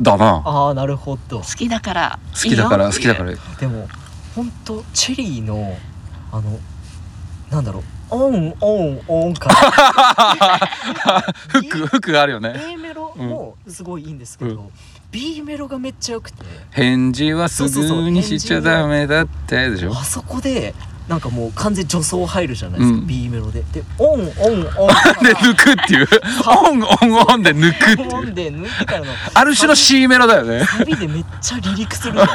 [SPEAKER 1] だな
[SPEAKER 2] ああなるほど
[SPEAKER 3] 好きだから
[SPEAKER 1] 好きだから
[SPEAKER 3] いい
[SPEAKER 1] 好
[SPEAKER 3] よ
[SPEAKER 1] きだから
[SPEAKER 2] でもほんとチェリーのあのなんだろうオンオンオンから
[SPEAKER 1] [LAUGHS] フックフックがあるよね
[SPEAKER 2] A メロもすごいいいんですけど、
[SPEAKER 1] う
[SPEAKER 2] B メロがめっちゃ良くて
[SPEAKER 1] 返事はすぐにしちゃダメだってでしょ
[SPEAKER 2] あそこでなんかもう完全助走入るじゃないですか、
[SPEAKER 1] うん
[SPEAKER 2] B メロででオンオンオン
[SPEAKER 1] [LAUGHS] で抜くっていうオンオンオンで抜くって
[SPEAKER 2] オ
[SPEAKER 1] いう
[SPEAKER 2] ンで抜いてからの
[SPEAKER 1] ある種の C メロだよね
[SPEAKER 2] サビでめっちゃ離陸するのあ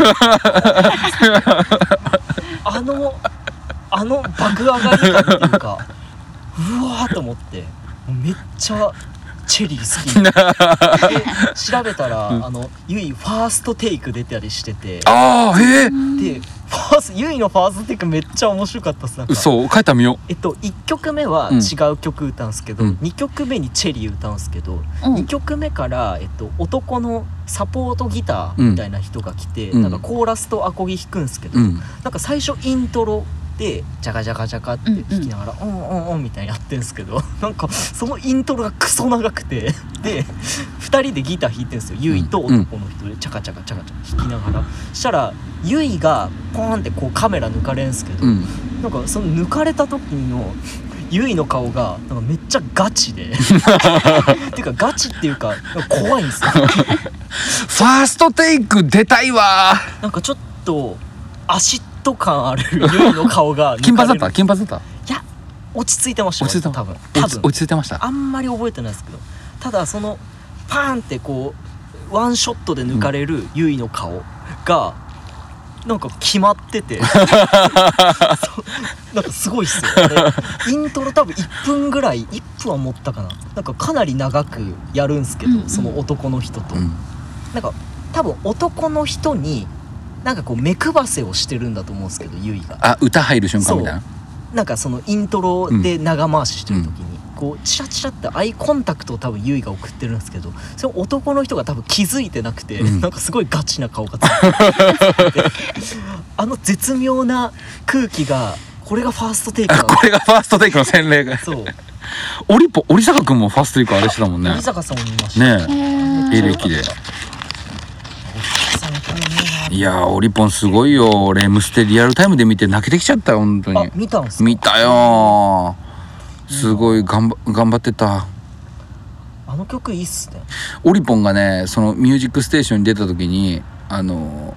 [SPEAKER 2] のあの爆上がり感っていうかうわーと思ってもうめっちゃチェリー好きで調べたら、あのゆいファーストテイク出たりしてて
[SPEAKER 1] ああへえ
[SPEAKER 2] でファースゆいのファーストテイクめっちゃ面白かったっすなんか
[SPEAKER 1] 嘘書いたみよ
[SPEAKER 2] えっと1曲目は
[SPEAKER 1] うん
[SPEAKER 2] 違う曲歌うんすけど、
[SPEAKER 1] う
[SPEAKER 2] 二
[SPEAKER 1] ん
[SPEAKER 2] 2曲目にチェリー歌うんすけど、
[SPEAKER 3] うん
[SPEAKER 2] 二2曲目から、えっと、男のサポートギターみたいな人が来て、
[SPEAKER 1] うん
[SPEAKER 2] なんかコーラスとアコギ弾くんすけど、
[SPEAKER 1] うん
[SPEAKER 2] なんか最初イントロでジャカジャカジャカって弾きながら「うんうんうん」みたいにやってんすけど [LAUGHS] なんかそのイントロがクソ長くてで2人でギター弾いてんすよゆいと男の人でチャカチャカチャカチャカ弾きながらしたらゆいがポーンってこうカメラ抜かれんすけど、
[SPEAKER 1] うん
[SPEAKER 2] なんかその抜かれた時のゆいの顔がなんかめっちゃガチ
[SPEAKER 1] [LAUGHS]
[SPEAKER 2] でっていうかガチっていうかなんか怖いんですよ
[SPEAKER 1] ファーストテイク出たいわー
[SPEAKER 2] なんかちょっとアシッド感あるゆいの顔が抜かれる
[SPEAKER 1] [LAUGHS] 金髪だった金髪だっ
[SPEAKER 2] いや落ち着いてました
[SPEAKER 1] 落ち着いた
[SPEAKER 2] 多分
[SPEAKER 1] た
[SPEAKER 2] 多
[SPEAKER 1] 落ち落
[SPEAKER 2] 分
[SPEAKER 1] ち着いてました
[SPEAKER 2] あんまり覚えてないですけどただそのパーンってこうワンショットで抜かれるユイの顔が、なんか決まって
[SPEAKER 3] [LAUGHS]
[SPEAKER 2] てそうなんかすごいっすよあれイントロ多分1分ぐらい1分は持ったかななんかかなり長くやるんすけど、
[SPEAKER 3] うんうん
[SPEAKER 2] その男の人と、
[SPEAKER 1] うん
[SPEAKER 2] なんか多分男の人になんかこう目配せをしてるんだと思うんですけどユイが
[SPEAKER 1] あ歌入る瞬間みたいな
[SPEAKER 2] なんかそのイントロで長回ししてる時に、こうチラチラってアイコンタクトを多分ユイが送ってるんですけどその男の人が多分気づいてなくて、
[SPEAKER 1] うん
[SPEAKER 2] なんかすごいガチな顔がついてて [LAUGHS] あの絶妙な空気がこれがファーストテイク
[SPEAKER 1] あ
[SPEAKER 2] だ
[SPEAKER 1] [LAUGHS] これがファーストテイクの洗礼が
[SPEAKER 2] そう
[SPEAKER 1] オリポ折坂君もファーストテイクあれしてたもんね
[SPEAKER 2] 森坂さんも見ました
[SPEAKER 1] ね
[SPEAKER 3] へー
[SPEAKER 1] え芸歴で
[SPEAKER 2] さんもこれね
[SPEAKER 1] いやーオリポンすごいよレムステリアルタイムで見て泣けてきちゃったよ本当
[SPEAKER 2] あ
[SPEAKER 1] に
[SPEAKER 2] 見たんすか
[SPEAKER 1] 見たよーすごい頑張頑張ってた
[SPEAKER 2] あの曲いいっすね
[SPEAKER 1] オリポンがねその「ミュージックステーション」に出た時にあの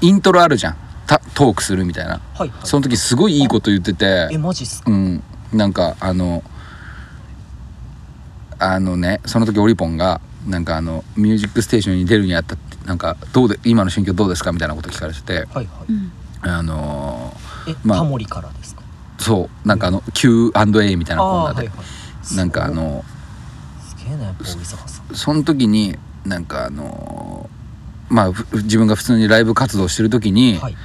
[SPEAKER 1] イントロあるじゃんたトークするみたいな
[SPEAKER 2] はいはい
[SPEAKER 1] その時すごいいいこと言ってて
[SPEAKER 2] えマジっすか
[SPEAKER 1] うん、なんかあのあのねその時オリポンがなんかあの「ミュージックステーション」に出るにあたってなんかどうで今の心境どうですかみたいなこと聞かれてて
[SPEAKER 2] はいは
[SPEAKER 3] うん
[SPEAKER 1] あの
[SPEAKER 2] いえ、
[SPEAKER 1] まあ
[SPEAKER 2] タモリからですか
[SPEAKER 1] ーそうなんかあの Q&A みたいなコーナーで、
[SPEAKER 2] はい
[SPEAKER 1] なんかあの
[SPEAKER 2] すげえなやっぱ森坂さん
[SPEAKER 1] その時になんかあのーまあふ自分が普通にライブ活動してる時に、
[SPEAKER 2] はい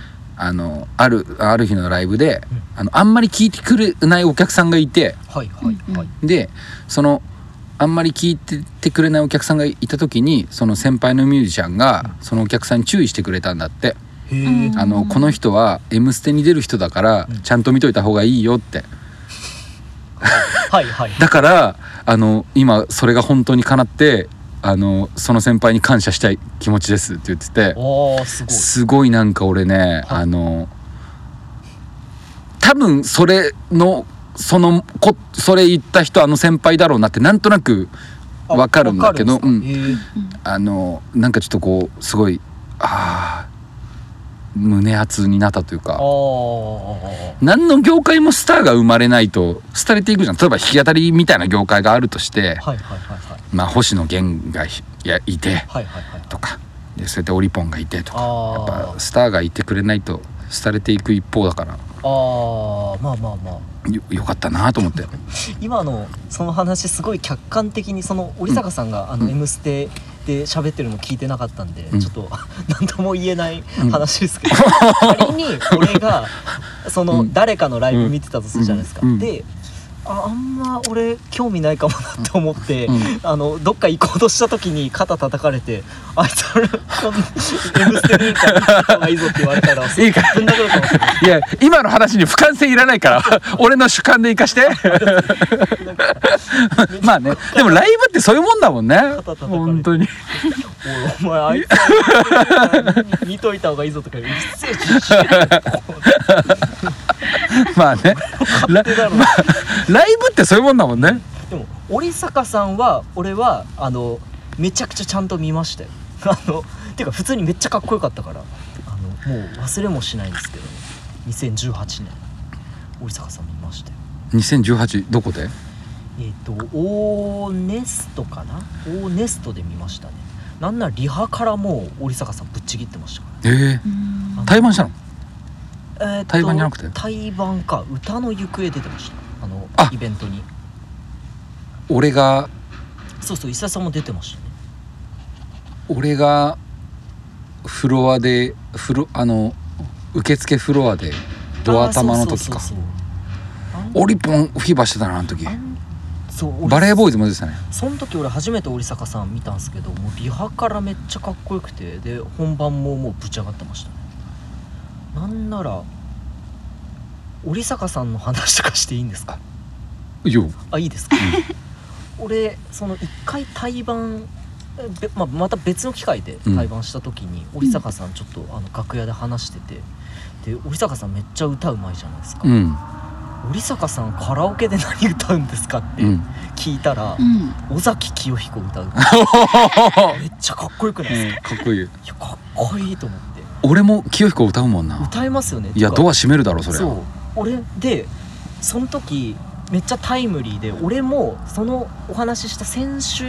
[SPEAKER 1] あのあるある日のライブで、
[SPEAKER 2] うん
[SPEAKER 1] あのあんまり聞いてくれないお客さんがいて
[SPEAKER 2] はいはいはい
[SPEAKER 1] でそのあんまり聞いててくれないお客さんがいた時にその先輩のミュージシャンがそのお客さんに注意してくれたんだって、
[SPEAKER 2] へえ、
[SPEAKER 3] うん
[SPEAKER 1] あのこの人は「M ステ」に出る人だから
[SPEAKER 2] うん
[SPEAKER 1] ちゃんと見といた方がいいよって
[SPEAKER 2] はいはい。
[SPEAKER 1] だからあの今それが本当にかなってあのその先輩に感謝したい気持ちですって言ってて。
[SPEAKER 2] おおすごい。
[SPEAKER 1] すごいなんか俺ね、
[SPEAKER 2] はい
[SPEAKER 1] あの多分それのそのこそれ言った人あの先輩だろうなってなんとなく
[SPEAKER 2] あ
[SPEAKER 1] わかるんだけど
[SPEAKER 2] わかるんですかへ
[SPEAKER 1] あのなんかちょっとこうすごいあー胸熱になったという
[SPEAKER 2] ーあ
[SPEAKER 1] か
[SPEAKER 2] ー
[SPEAKER 1] 何の業界もスターが生まれないと廃れていくじゃん例えば弾き語りみたいな業界があるとして、
[SPEAKER 2] はいはいはいはい
[SPEAKER 1] まあ、星野源がひいやいて
[SPEAKER 2] はいはいはい。
[SPEAKER 1] とかでそうやってオリポンがいてとかやっ
[SPEAKER 2] あ
[SPEAKER 1] ぱスターがいてくれないと廃れていく一方だから。
[SPEAKER 2] ああーまあまあまあ
[SPEAKER 1] よよかったなと思って
[SPEAKER 2] 今のその話すごい客観的にその織坂さんが「あの
[SPEAKER 1] うん
[SPEAKER 2] M ステ」で喋ってるの聞いてなかったんで、
[SPEAKER 1] ん
[SPEAKER 2] ちょっと [LAUGHS] 何とも言えない話ですけど、仮に俺がそうの
[SPEAKER 1] ん
[SPEAKER 2] 誰かのライブ見てたとするじゃないですか。
[SPEAKER 1] うんうん
[SPEAKER 2] でああんま俺興味ないかもなって思って、
[SPEAKER 1] うん
[SPEAKER 2] あのどっか行こうとした時に肩叩かれて「あいつ俺こんな M ステ見た方がいいぞ」って言われたら
[SPEAKER 1] いいか
[SPEAKER 2] ぶん殴るかもしれない
[SPEAKER 1] いや今の話に俯瞰性いらないから [LAUGHS] 俺の主観で生かして [LAUGHS] まあねでもライブって [LAUGHS] そういうもんだもんね
[SPEAKER 2] 叩かれて
[SPEAKER 1] 本当
[SPEAKER 2] お
[SPEAKER 1] に
[SPEAKER 2] いお前あいつは見といた見といた方がいいぞとか言ううっせえじじい
[SPEAKER 1] [LAUGHS] まあねラ
[SPEAKER 2] ってだ
[SPEAKER 1] [LAUGHS]
[SPEAKER 2] ろ
[SPEAKER 1] ライブってそういうもんだもんね
[SPEAKER 2] でも織坂さんは俺はあのめちゃくちゃちゃんと見ましたよあのてか普通にめっちゃかっこよかったからあのもう忘れもしないんですけど2018年織坂さん見ましたよ
[SPEAKER 1] 2018どこで
[SPEAKER 2] えっ、とオーネストかなオーネストで見ましたねなんならリハからもう織坂さんぶっちぎってましたから
[SPEAKER 1] ええ
[SPEAKER 3] うん
[SPEAKER 1] 対バンしたの
[SPEAKER 2] えーと
[SPEAKER 1] 対バンじゃなくて
[SPEAKER 2] 対バンか歌の行方出てましたあの
[SPEAKER 1] あ
[SPEAKER 2] イベントに
[SPEAKER 1] 俺が
[SPEAKER 2] そうそう石田さんも出てましたね
[SPEAKER 1] 俺がフロアでフロあの受付フロアでドア玉の時か
[SPEAKER 2] あーそうそうそうそうあん
[SPEAKER 1] オリポンフィーバーしてたなあの時
[SPEAKER 2] あんそう
[SPEAKER 1] バレーボーイ
[SPEAKER 2] イ
[SPEAKER 1] ズも出てたね
[SPEAKER 2] その時俺初めて織坂さん見たんですけどもうリハからめっちゃかっこよくてで本番ももうぶち上がってましたねなんなら織坂さんの話とかしていいんですか
[SPEAKER 1] いいよ
[SPEAKER 2] あいいですか、俺その一回対バンえべまあ、また別の機会で対バンした時に織坂さんちょっとあの楽屋で話しててで織坂さんめっちゃ歌うまいじゃないですか
[SPEAKER 1] うん
[SPEAKER 2] 織、坂さんカラオケで何歌うんですかって
[SPEAKER 1] うん
[SPEAKER 2] 聞いたら
[SPEAKER 3] う、ん
[SPEAKER 2] 尾崎清彦
[SPEAKER 1] [LAUGHS]
[SPEAKER 2] 歌うめっちゃかっこよくないですか、
[SPEAKER 1] かっこいい
[SPEAKER 2] いやかっこいいと思って
[SPEAKER 1] 俺も清彦歌うもんな
[SPEAKER 2] 歌えますよね
[SPEAKER 1] いや
[SPEAKER 2] てか
[SPEAKER 1] ドア閉めるだろそれ
[SPEAKER 2] そう俺でその時めっちゃタイムリーで俺もそのお話しした先週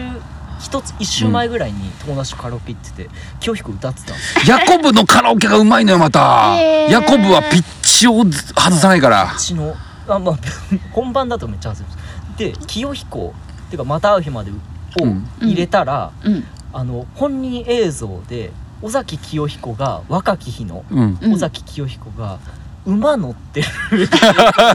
[SPEAKER 2] 一つ一週前ぐらいに友達とカラオケ行ってて清彦歌ってたんですよ
[SPEAKER 1] ヤコブのカラオケがうまいのよまた
[SPEAKER 3] へー
[SPEAKER 1] ヤコブはピッチを外さないから
[SPEAKER 2] うちのあまあ [LAUGHS] 本番だとめっちゃ恥ずかしいで清彦っていうか「また会う日まで」を
[SPEAKER 1] うん
[SPEAKER 2] 入れたら、
[SPEAKER 3] うん
[SPEAKER 2] あの本人映像で尾崎清彦が若き日の
[SPEAKER 1] うん
[SPEAKER 3] うん
[SPEAKER 2] 尾崎清彦が馬乗ってる映像が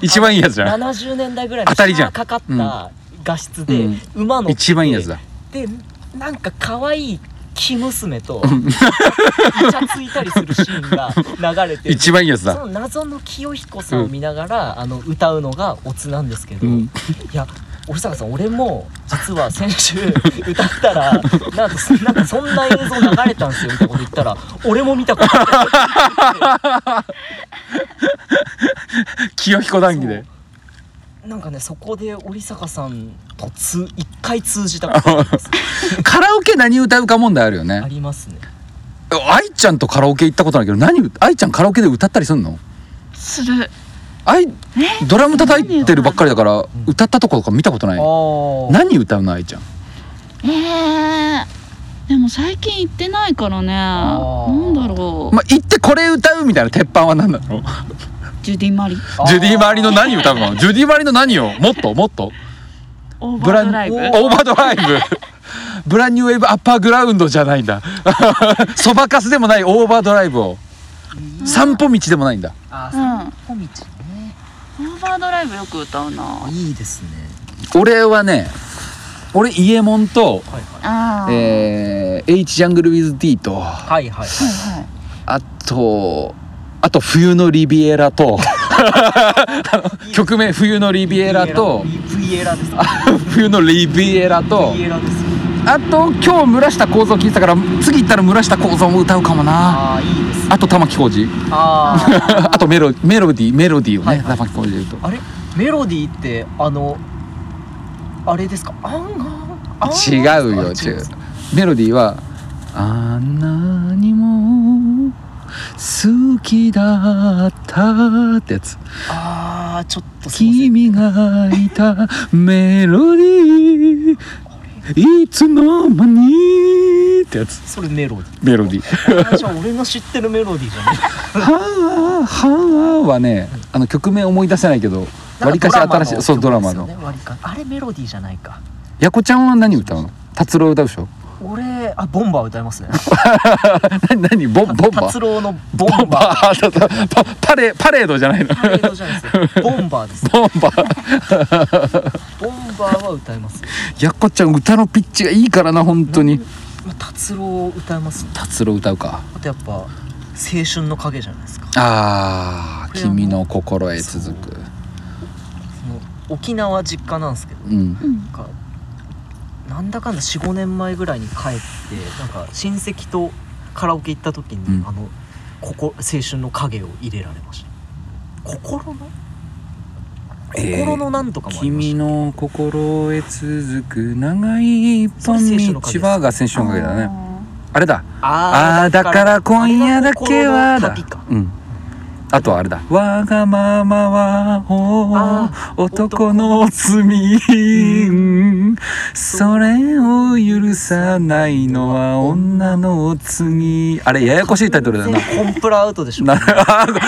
[SPEAKER 1] [LAUGHS] 一番いいやつじゃん
[SPEAKER 2] 70年代ぐらいの
[SPEAKER 1] 当たりじゃん
[SPEAKER 2] かかった画質で、
[SPEAKER 1] うん
[SPEAKER 2] 馬の
[SPEAKER 1] 一番いいやつだ
[SPEAKER 2] でなんか可愛い生娘とイチャついたりするシーンが流れてる
[SPEAKER 1] 一番いいやつだ
[SPEAKER 2] その謎の清彦さんを見ながら、あの歌うのがオツなんですけど、
[SPEAKER 1] うん
[SPEAKER 2] いや俺坂さん俺も実は先週歌った
[SPEAKER 1] [LAUGHS]
[SPEAKER 2] らなんかそなんかそんな映像流れたんですよみたいなこと言ったら俺も見たことない
[SPEAKER 1] 清彦談義で
[SPEAKER 2] そうなんかねそこで織坂さんとつ一回通じたことがあります
[SPEAKER 1] [LAUGHS] カラオケ何歌うか問題あるよね
[SPEAKER 2] ありますね
[SPEAKER 1] 愛ちゃんとカラオケ行ったことないけど何愛ちゃんカラオケで歌ったりすんの
[SPEAKER 3] する
[SPEAKER 1] 愛
[SPEAKER 3] え
[SPEAKER 1] ドラム叩いてるばっかりだから
[SPEAKER 2] ん
[SPEAKER 1] 歌ったとことか見たことな
[SPEAKER 2] あ
[SPEAKER 1] い
[SPEAKER 2] ー
[SPEAKER 1] 何歌うの愛ちゃん
[SPEAKER 3] えーでも最近行ってないからね
[SPEAKER 2] あ
[SPEAKER 3] な
[SPEAKER 2] ー
[SPEAKER 3] んだろう、
[SPEAKER 1] まあ行ってこれ歌うみたいな鉄板は何なの
[SPEAKER 3] ジュディ・マリ
[SPEAKER 2] あー
[SPEAKER 1] ジュディ・マリの何歌うのジュディ・マリの何をもっともっと
[SPEAKER 3] オーバードライブ
[SPEAKER 1] ブランオーバード
[SPEAKER 3] [LAUGHS]
[SPEAKER 1] ライブブランニューウェーブアッパーグラウンドじゃないんだ [LAUGHS] そばかすでもないオーバードライブを散歩道でもないんだ
[SPEAKER 2] あー
[SPEAKER 3] うん
[SPEAKER 2] 散歩道ね
[SPEAKER 3] オーバードライブよく歌うな
[SPEAKER 2] あいいですね
[SPEAKER 1] 俺はね俺伊右衛門
[SPEAKER 2] はい
[SPEAKER 1] と、
[SPEAKER 2] はい
[SPEAKER 3] あー
[SPEAKER 1] えー、H ジャングル・ウィズ・ディと
[SPEAKER 2] はいはいはい
[SPEAKER 3] はいはい
[SPEAKER 1] あと、あと冬のリビエラと、 [LAUGHS] 曲名冬のリビエラと、
[SPEAKER 2] ビエラですね
[SPEAKER 1] 冬のリビエラと
[SPEAKER 2] ビ、エラですよ
[SPEAKER 1] あと今日村下構造聞いてたから、次行ったら村下構造も歌うかもな。
[SPEAKER 2] ああいいですね
[SPEAKER 1] あと玉置浩二。
[SPEAKER 2] あ
[SPEAKER 1] [LAUGHS] あとメロメロディー、メロディーをね、
[SPEAKER 2] はいはい
[SPEAKER 1] 玉置浩二で言う
[SPEAKER 2] ああれメロディーってあのあれですかあんあん
[SPEAKER 1] と。違うよ、
[SPEAKER 2] あ
[SPEAKER 1] 違う。メロディーは、あんなにも好きだったってやつ。
[SPEAKER 2] ああちょっとすいません
[SPEAKER 1] 君がいたメロディーいつの間にってやつ
[SPEAKER 2] それメロディ
[SPEAKER 1] メロディー
[SPEAKER 2] ーあーじゃあ俺の知ってるメロディーじゃない
[SPEAKER 1] 「はあはあ」はねあの曲名思い出せないけど [LAUGHS] わりかし新しいそうドラマの
[SPEAKER 2] 曲ですよね割りかあれメロディーじゃないか
[SPEAKER 1] やこちゃんは何歌うの達郎歌うでしょ
[SPEAKER 2] 俺あボンバー歌いますね
[SPEAKER 1] 何何ボンボンバ
[SPEAKER 2] 達
[SPEAKER 1] ー
[SPEAKER 2] 郎のボ
[SPEAKER 1] ボ
[SPEAKER 2] ン
[SPEAKER 1] ン
[SPEAKER 2] バー
[SPEAKER 1] バーだったパパレパレードじゃないの
[SPEAKER 2] パレードじゃないですよボンバーです
[SPEAKER 1] ボンバー
[SPEAKER 2] ボンバーは歌いますよ
[SPEAKER 1] やこちゃん歌のピッチがいいからな本当に
[SPEAKER 2] まあ達郎歌いますね
[SPEAKER 1] 達郎歌うか
[SPEAKER 2] あとやっぱ青春の影じゃないですか
[SPEAKER 1] あー君の心へ続
[SPEAKER 2] そ
[SPEAKER 1] く
[SPEAKER 2] の沖縄実家なんですけど
[SPEAKER 1] うん
[SPEAKER 3] うん
[SPEAKER 2] なんかなんだかんだ45年前ぐらいに帰ってなんか親戚とカラオケ行った時に、
[SPEAKER 1] うん
[SPEAKER 2] あのここ青春の影を入れられました心の
[SPEAKER 1] えー
[SPEAKER 2] 心のなんとかもありまし
[SPEAKER 1] 君
[SPEAKER 2] た、
[SPEAKER 1] の心へ続く長い一本道はが青春の影だねあれだあ
[SPEAKER 2] あ
[SPEAKER 1] あーだから今夜だけは
[SPEAKER 2] だ
[SPEAKER 1] だうんあとはあれだ「わがままは
[SPEAKER 2] あ
[SPEAKER 1] お男の罪」それを許さないのは女の次あれややこしいタイトルだよな
[SPEAKER 2] 全然コンプラアウトでしょ
[SPEAKER 1] な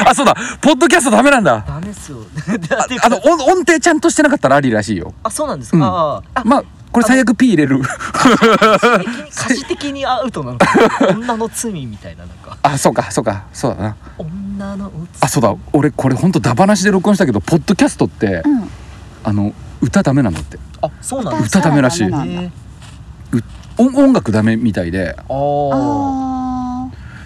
[SPEAKER 1] あそうだポッドキャストダメなんだ
[SPEAKER 2] [LAUGHS] ダメっすよ [LAUGHS]
[SPEAKER 1] あ
[SPEAKER 2] だって
[SPEAKER 1] あの音音程ちゃんとしてなかったらありらしいよ
[SPEAKER 2] あそうなんですか、
[SPEAKER 1] うん
[SPEAKER 2] ああ
[SPEAKER 1] まあこれ最悪 P 入れる
[SPEAKER 2] 歌詞的にアウトな
[SPEAKER 1] [LAUGHS]
[SPEAKER 2] のかな女の罪みたいななんか
[SPEAKER 1] あそうかそうかそうだな
[SPEAKER 2] 女の罪
[SPEAKER 1] あそうだ俺これほんとダバなしで録音したけどポッドキャストって
[SPEAKER 3] うん
[SPEAKER 1] あの歌ダメなんだって
[SPEAKER 2] あそうなんです
[SPEAKER 1] 歌ダメらしい
[SPEAKER 3] 歌ダ
[SPEAKER 2] か
[SPEAKER 3] メなんだ
[SPEAKER 2] へえ
[SPEAKER 1] 音音楽ダメみたいで
[SPEAKER 2] あー
[SPEAKER 3] あ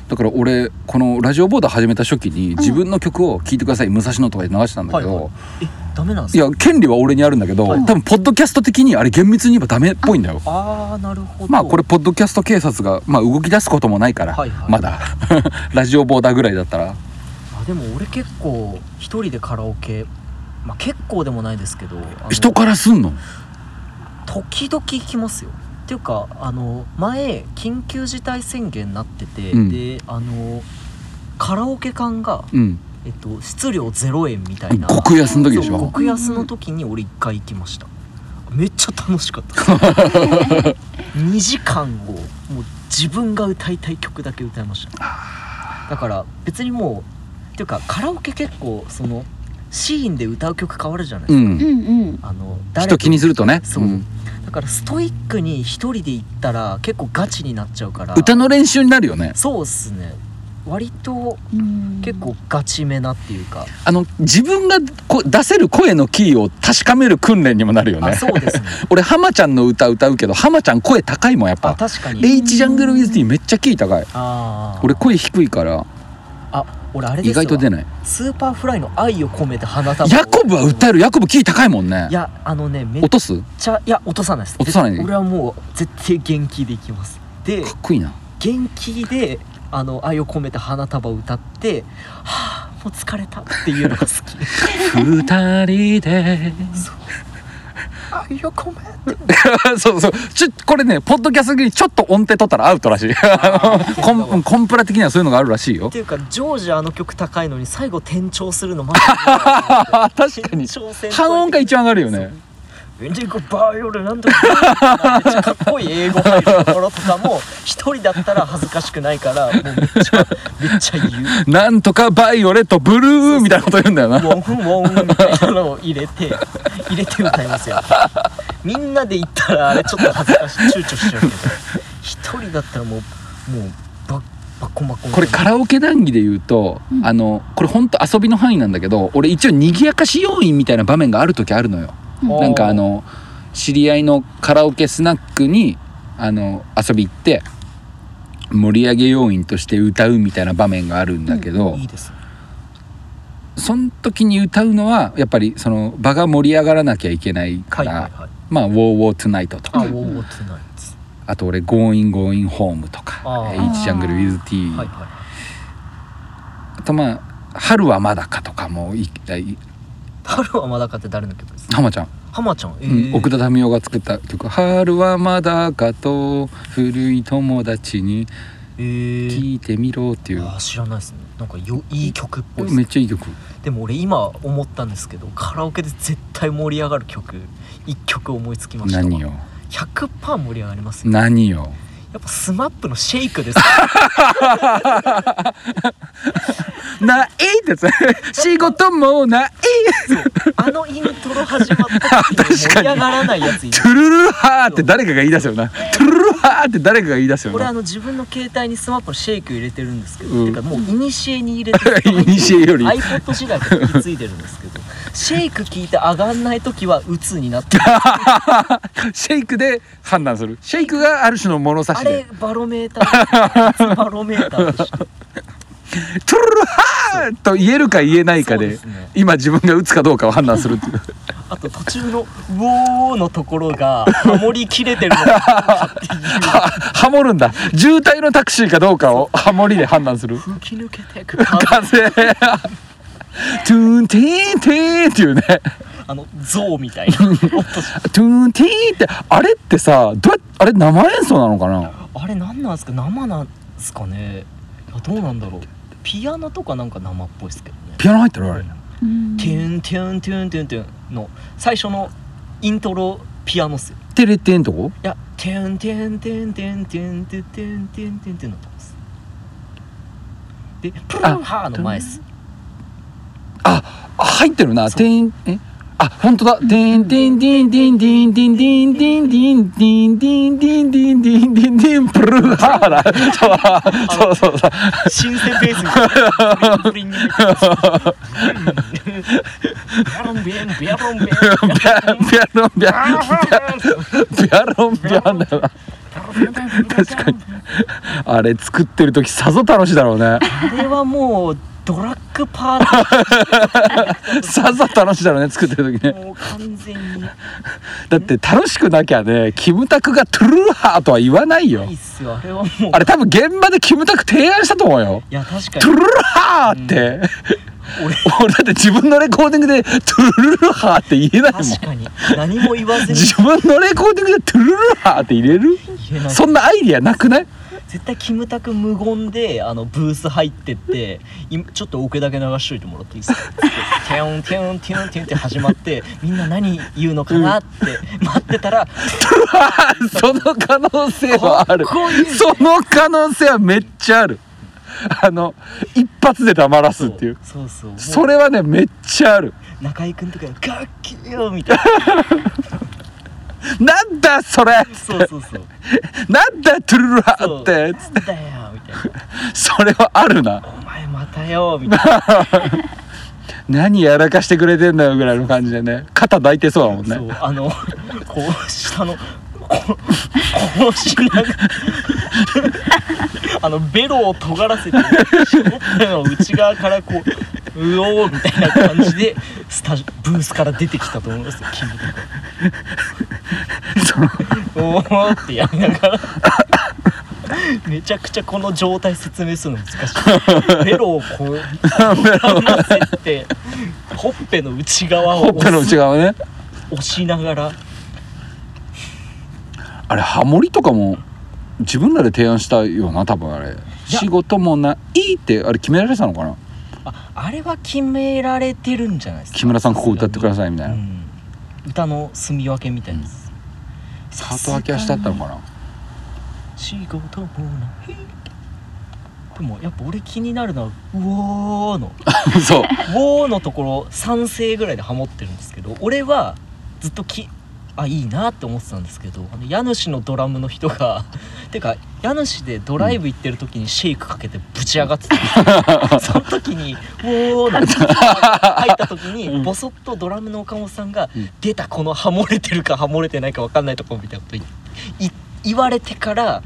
[SPEAKER 1] だから俺このラジオボーダー始めた初期に自分の曲を聴いてください、武蔵野とかで流してたんだけど、
[SPEAKER 2] はい
[SPEAKER 1] い
[SPEAKER 2] はえダメなんですか
[SPEAKER 1] や権利は俺にあるんだけど、
[SPEAKER 2] はい
[SPEAKER 1] 多分ポッドキャスト的にあれ厳密に言えばダメっぽいんだよ
[SPEAKER 2] ああなるほど
[SPEAKER 1] まあこれポッドキャスト警察が、まあ、動き出すこともないから、
[SPEAKER 2] はいはい
[SPEAKER 1] まだ [LAUGHS] ラジオボーダーぐらいだったら
[SPEAKER 2] あでも俺結構一人でカラオケまあ結構でもないですけどあの
[SPEAKER 1] 人からすんの
[SPEAKER 2] 時々行きますよっていうかあの前緊急事態宣言になってて、
[SPEAKER 1] うん
[SPEAKER 2] であのカラオケ館が、
[SPEAKER 1] うん
[SPEAKER 2] えっと、出量0円みたいな
[SPEAKER 1] 極安の時でし
[SPEAKER 2] そう
[SPEAKER 1] ょ
[SPEAKER 2] 極安の時に俺一回行きましためっちゃ楽しかった
[SPEAKER 1] [LAUGHS]
[SPEAKER 2] 2時間をもう自分が歌いたい曲だけ歌いましただから別にもうっていうかカラオケ結構そのシーンで歌う曲変わるじゃないで
[SPEAKER 1] う
[SPEAKER 2] すか、
[SPEAKER 3] ーうんん
[SPEAKER 2] あの
[SPEAKER 1] 人気にするとね
[SPEAKER 2] そう、
[SPEAKER 1] ん
[SPEAKER 2] だからストイックに一人で行ったら結構ガチになっちゃうから
[SPEAKER 1] 歌の練習になるよね
[SPEAKER 2] そうっすね割と
[SPEAKER 3] うん
[SPEAKER 2] 結構ガチめなっていうか、
[SPEAKER 1] あの自分がこ出せる声のキーを確かめる訓練にもなるよ
[SPEAKER 2] あ
[SPEAKER 1] ね
[SPEAKER 2] そう
[SPEAKER 1] [LAUGHS]
[SPEAKER 2] ですね
[SPEAKER 1] 俺ハマちゃんの歌歌うけどハマちゃん声高いもんやっ
[SPEAKER 2] あ
[SPEAKER 1] ぱ
[SPEAKER 2] 確か
[SPEAKER 1] 「レ
[SPEAKER 2] に
[SPEAKER 1] イチジャングルウィズティー」めっちゃキー高い
[SPEAKER 2] あー
[SPEAKER 1] 俺声低いから
[SPEAKER 2] あ俺あれです
[SPEAKER 1] 意
[SPEAKER 2] よ
[SPEAKER 1] 外と出ない
[SPEAKER 2] スーパーフライの愛を込めて花束を
[SPEAKER 1] ヤコブは歌えるヤコブキー高いもんね
[SPEAKER 2] いやあのねめっ
[SPEAKER 1] 落とすか
[SPEAKER 2] ちゃいや落とさないです
[SPEAKER 1] 落とさない
[SPEAKER 2] 俺はもう絶対元気でいきますで
[SPEAKER 1] っこいいな
[SPEAKER 2] 元気であの愛を込めて花束を歌ってはあもう疲れたっていう
[SPEAKER 1] [LAUGHS]
[SPEAKER 2] のが好き
[SPEAKER 1] 二人で [LAUGHS]
[SPEAKER 2] 愛を込め
[SPEAKER 1] そうそうちょこれねポッドキャスト的にちょっと音程取ったらアウトらしいコンコンプラ的にはそういうのがあるらしいよ
[SPEAKER 2] [LAUGHS] っていうかジョージあの曲高いのに最後転調するのマジで
[SPEAKER 1] あ確かに半音が一番上がるよね
[SPEAKER 2] エンディングバーよりなんとかめっちゃかっこいい英語入るところとかも一人だったら恥ずかしくないからもうめっちゃめっちゃ言う
[SPEAKER 1] なんとかバイオレットブルーみたいなこと言うんだよな
[SPEAKER 2] ウォンフンウォンみたいなのを入れて入れて歌いますよみんなで行ったらあれちょっと恥ずかしい躊躇しちゃうけど一人だったらもうもうバッバコバコ
[SPEAKER 1] これカラオケ談義で言うと、
[SPEAKER 3] うん
[SPEAKER 1] あのこれほんと遊びの範囲なんだけど俺一応賑やかし要員みたいな場面がある時あるのよ
[SPEAKER 3] おー
[SPEAKER 1] なんかあの知り合いのカラオケスナックにあの遊び行って盛り上げ要員として歌うみたいな場面があるんだけど、
[SPEAKER 2] いいです
[SPEAKER 1] その時に歌うのはやっぱりその場が盛り上がらなきゃいけないか
[SPEAKER 2] はい
[SPEAKER 1] ら、
[SPEAKER 2] はいはい
[SPEAKER 1] まあ「WOWOTONIGHT」と
[SPEAKER 2] あ
[SPEAKER 1] か
[SPEAKER 2] ウォーウォートゥナイツ
[SPEAKER 1] あと俺「GOINGOINHOME」とか
[SPEAKER 2] あ
[SPEAKER 1] 「
[SPEAKER 2] ー
[SPEAKER 1] H ジャングル WithT」
[SPEAKER 2] はいは
[SPEAKER 1] あとまあ「春はまだか」とかもいい
[SPEAKER 2] い春はまだかって誰の曲ですか
[SPEAKER 1] 浜ちゃん、
[SPEAKER 2] 浜ちゃんえ
[SPEAKER 1] うん
[SPEAKER 2] ー
[SPEAKER 1] 奥田民生が作った曲「春はまだかと古い友達に
[SPEAKER 2] えー
[SPEAKER 1] 聞いてみろ」っていう
[SPEAKER 2] あー知らないですねなんかよいい曲っぽいです
[SPEAKER 1] めっちゃいい曲
[SPEAKER 2] でも俺今思ったんですけどカラオケで絶対盛り上がる曲一曲思いつきましたわ
[SPEAKER 1] 何よ
[SPEAKER 2] 100%盛り上がりますよ
[SPEAKER 1] 何よ
[SPEAKER 2] やっぱスマップのシェイ
[SPEAKER 1] [LAUGHS]
[SPEAKER 2] クです
[SPEAKER 1] ないってやつ仕事もない
[SPEAKER 2] あのイントロ始まった時に盛り上がらないやついる
[SPEAKER 1] トゥルルハーって誰かが言い出すよなトゥルルハーって誰かが言い出すよ
[SPEAKER 2] 俺あ
[SPEAKER 1] な
[SPEAKER 2] の自分の携帯にスマップのシェイク入れてるんですけど、
[SPEAKER 1] うん
[SPEAKER 2] てかもうイニシエに入れて
[SPEAKER 1] [LAUGHS] いにしえより
[SPEAKER 2] iPod 時代から引き継いでるんですけどシェイク聞いて上がんない時は鬱になってる
[SPEAKER 1] シェイクで判断するシェイクがある種の物差
[SPEAKER 2] あ
[SPEAKER 1] し
[SPEAKER 2] れ
[SPEAKER 1] で
[SPEAKER 2] バロメーターバロメーターとして
[SPEAKER 1] トゥルルハーと言えるか言えないか
[SPEAKER 2] そう
[SPEAKER 1] です
[SPEAKER 2] ね
[SPEAKER 1] 今自分が打つかどうかを判断するっていう
[SPEAKER 2] あと途中の「ウォー」のところがハモり切れてるのかっていう
[SPEAKER 1] はハモるんだ渋滞のタクシーかどうかをハモりで判断する
[SPEAKER 2] 吹き抜けてく風
[SPEAKER 1] 風トゥーンティーンティーンっていうね
[SPEAKER 2] あの象みたいな音
[SPEAKER 1] トゥーンティーンってあれってさどうやあれ生演奏なのかな
[SPEAKER 2] あれ何なんですか生なんですかねいやどうなんだろうピアノとかなんか生っぽいですけどね
[SPEAKER 1] ピアノ入ってるあれ
[SPEAKER 3] うん
[SPEAKER 2] テュンテュンテュンテュンテュンの最初のイントロピアノっすよ
[SPEAKER 1] テレテンとこ
[SPEAKER 2] いやテュンテュンテュンテュンテュンテュンテュンテュンテュンテュンのとこっすでプルンハーの前っす
[SPEAKER 1] ああ入ってるな
[SPEAKER 2] そう
[SPEAKER 1] テンえあ本当だテンテンテンテンテンテンテンテンテンテンテンテンテンテンテンテンプルハーラそうそうそうそう
[SPEAKER 2] シンセベースがプリンプリンに [LAUGHS] 入ってるビャロンビャロンビャロンビャロンビャロン
[SPEAKER 1] ビャビャロンビャビャロンビャンだよな確かにあれ作ってる時さぞ楽しいだろ
[SPEAKER 2] [LAUGHS]
[SPEAKER 1] うね
[SPEAKER 2] これはもうドラッグパーティ
[SPEAKER 1] さぞ楽しいだろうね作ってる時ね
[SPEAKER 2] ーもう完全に
[SPEAKER 1] だって楽しくなきゃねキムタクがトゥルーハーとは言わないよ
[SPEAKER 2] いいっすよあれはもう
[SPEAKER 1] あれ多分現場でキムタク提案したと思うよ
[SPEAKER 2] いや確か
[SPEAKER 1] トゥ
[SPEAKER 2] に
[SPEAKER 1] ルルハーって、 [LAUGHS]
[SPEAKER 2] 俺
[SPEAKER 1] 俺だって自分のレコーディングでトゥルルハーって言えないもん
[SPEAKER 2] 確かに何も言わずに
[SPEAKER 1] [LAUGHS] 自分のレコーディングでトゥルルハーって入れる
[SPEAKER 2] 言えない
[SPEAKER 1] そんなアイディアなくない
[SPEAKER 2] 絶対キムタク無言であのブース入ってっていちょっとオケだけ流しといてもらっていいですかってテヨンテヨンテヨンテヨンって始まってみんな何言うのか
[SPEAKER 1] [LAUGHS]
[SPEAKER 2] なって待ってたら
[SPEAKER 1] あーその可能性はある
[SPEAKER 2] かっこいい
[SPEAKER 1] その可能性はめっちゃあるあの一発で黙らすっていう
[SPEAKER 2] そうそうそう
[SPEAKER 1] それはねめっちゃある
[SPEAKER 2] もう中居君とかが「かっけえよ」みたいな
[SPEAKER 1] なんだそれ
[SPEAKER 2] そうそう
[SPEAKER 1] [LAUGHS]
[SPEAKER 2] そう
[SPEAKER 1] なんだトゥルルハ
[SPEAKER 2] そ
[SPEAKER 1] ー
[SPEAKER 2] う
[SPEAKER 1] って
[SPEAKER 2] なんだよみたいな
[SPEAKER 1] それはあるな
[SPEAKER 2] 「お前またよ」みたいな
[SPEAKER 1] 何やらかしてくれてんだよぐらいの感じでね肩抱いてそうだもんね
[SPEAKER 2] そうあの [LAUGHS] こう [LAUGHS] 下のここうしながら [LAUGHS] あのベロを尖らせて絞ったの内側からこううおーみたいな感じでスタジブースから出てきたと思いますよキムタ
[SPEAKER 1] その
[SPEAKER 2] クおーってやりながら [LAUGHS] めちゃくちゃこの状態説明するの難しいベロをこ
[SPEAKER 1] [LAUGHS]
[SPEAKER 2] う尖らせてほっぺの内側
[SPEAKER 1] ほ
[SPEAKER 2] を
[SPEAKER 1] っぺの
[SPEAKER 2] 押
[SPEAKER 1] 内
[SPEAKER 2] す
[SPEAKER 1] 側ね
[SPEAKER 2] 押しながら
[SPEAKER 1] あれハモリとかも自分らで提案したよな多分あれ
[SPEAKER 2] や
[SPEAKER 1] 仕事もないってあれ決められてたのかな
[SPEAKER 2] ああれは決められてるんじゃないですか
[SPEAKER 1] 木村さんここ歌ってくださいみたいな、
[SPEAKER 2] うん歌の住み分けみたいです、
[SPEAKER 1] パート分けはしたったのかな
[SPEAKER 2] 仕事もないでもやっぱ俺気になるのは「うおー」の
[SPEAKER 1] [LAUGHS] そう
[SPEAKER 2] 「うおー」のところ3声ぐらいでハモってるんですけど俺はずっときあいいなって思ってたんですけどあの家主のドラムの人が [LAUGHS] てか家主でドライブ行ってる時にシェイクかけてぶち上がって
[SPEAKER 1] [LAUGHS]
[SPEAKER 2] たんですよその時に「うおー」の入った時にボソッとドラムの岡本さんが
[SPEAKER 1] うん
[SPEAKER 2] 「出たこのハモれてるかハモれてないか分かんないとこ」みたいなこと言い言われてからあ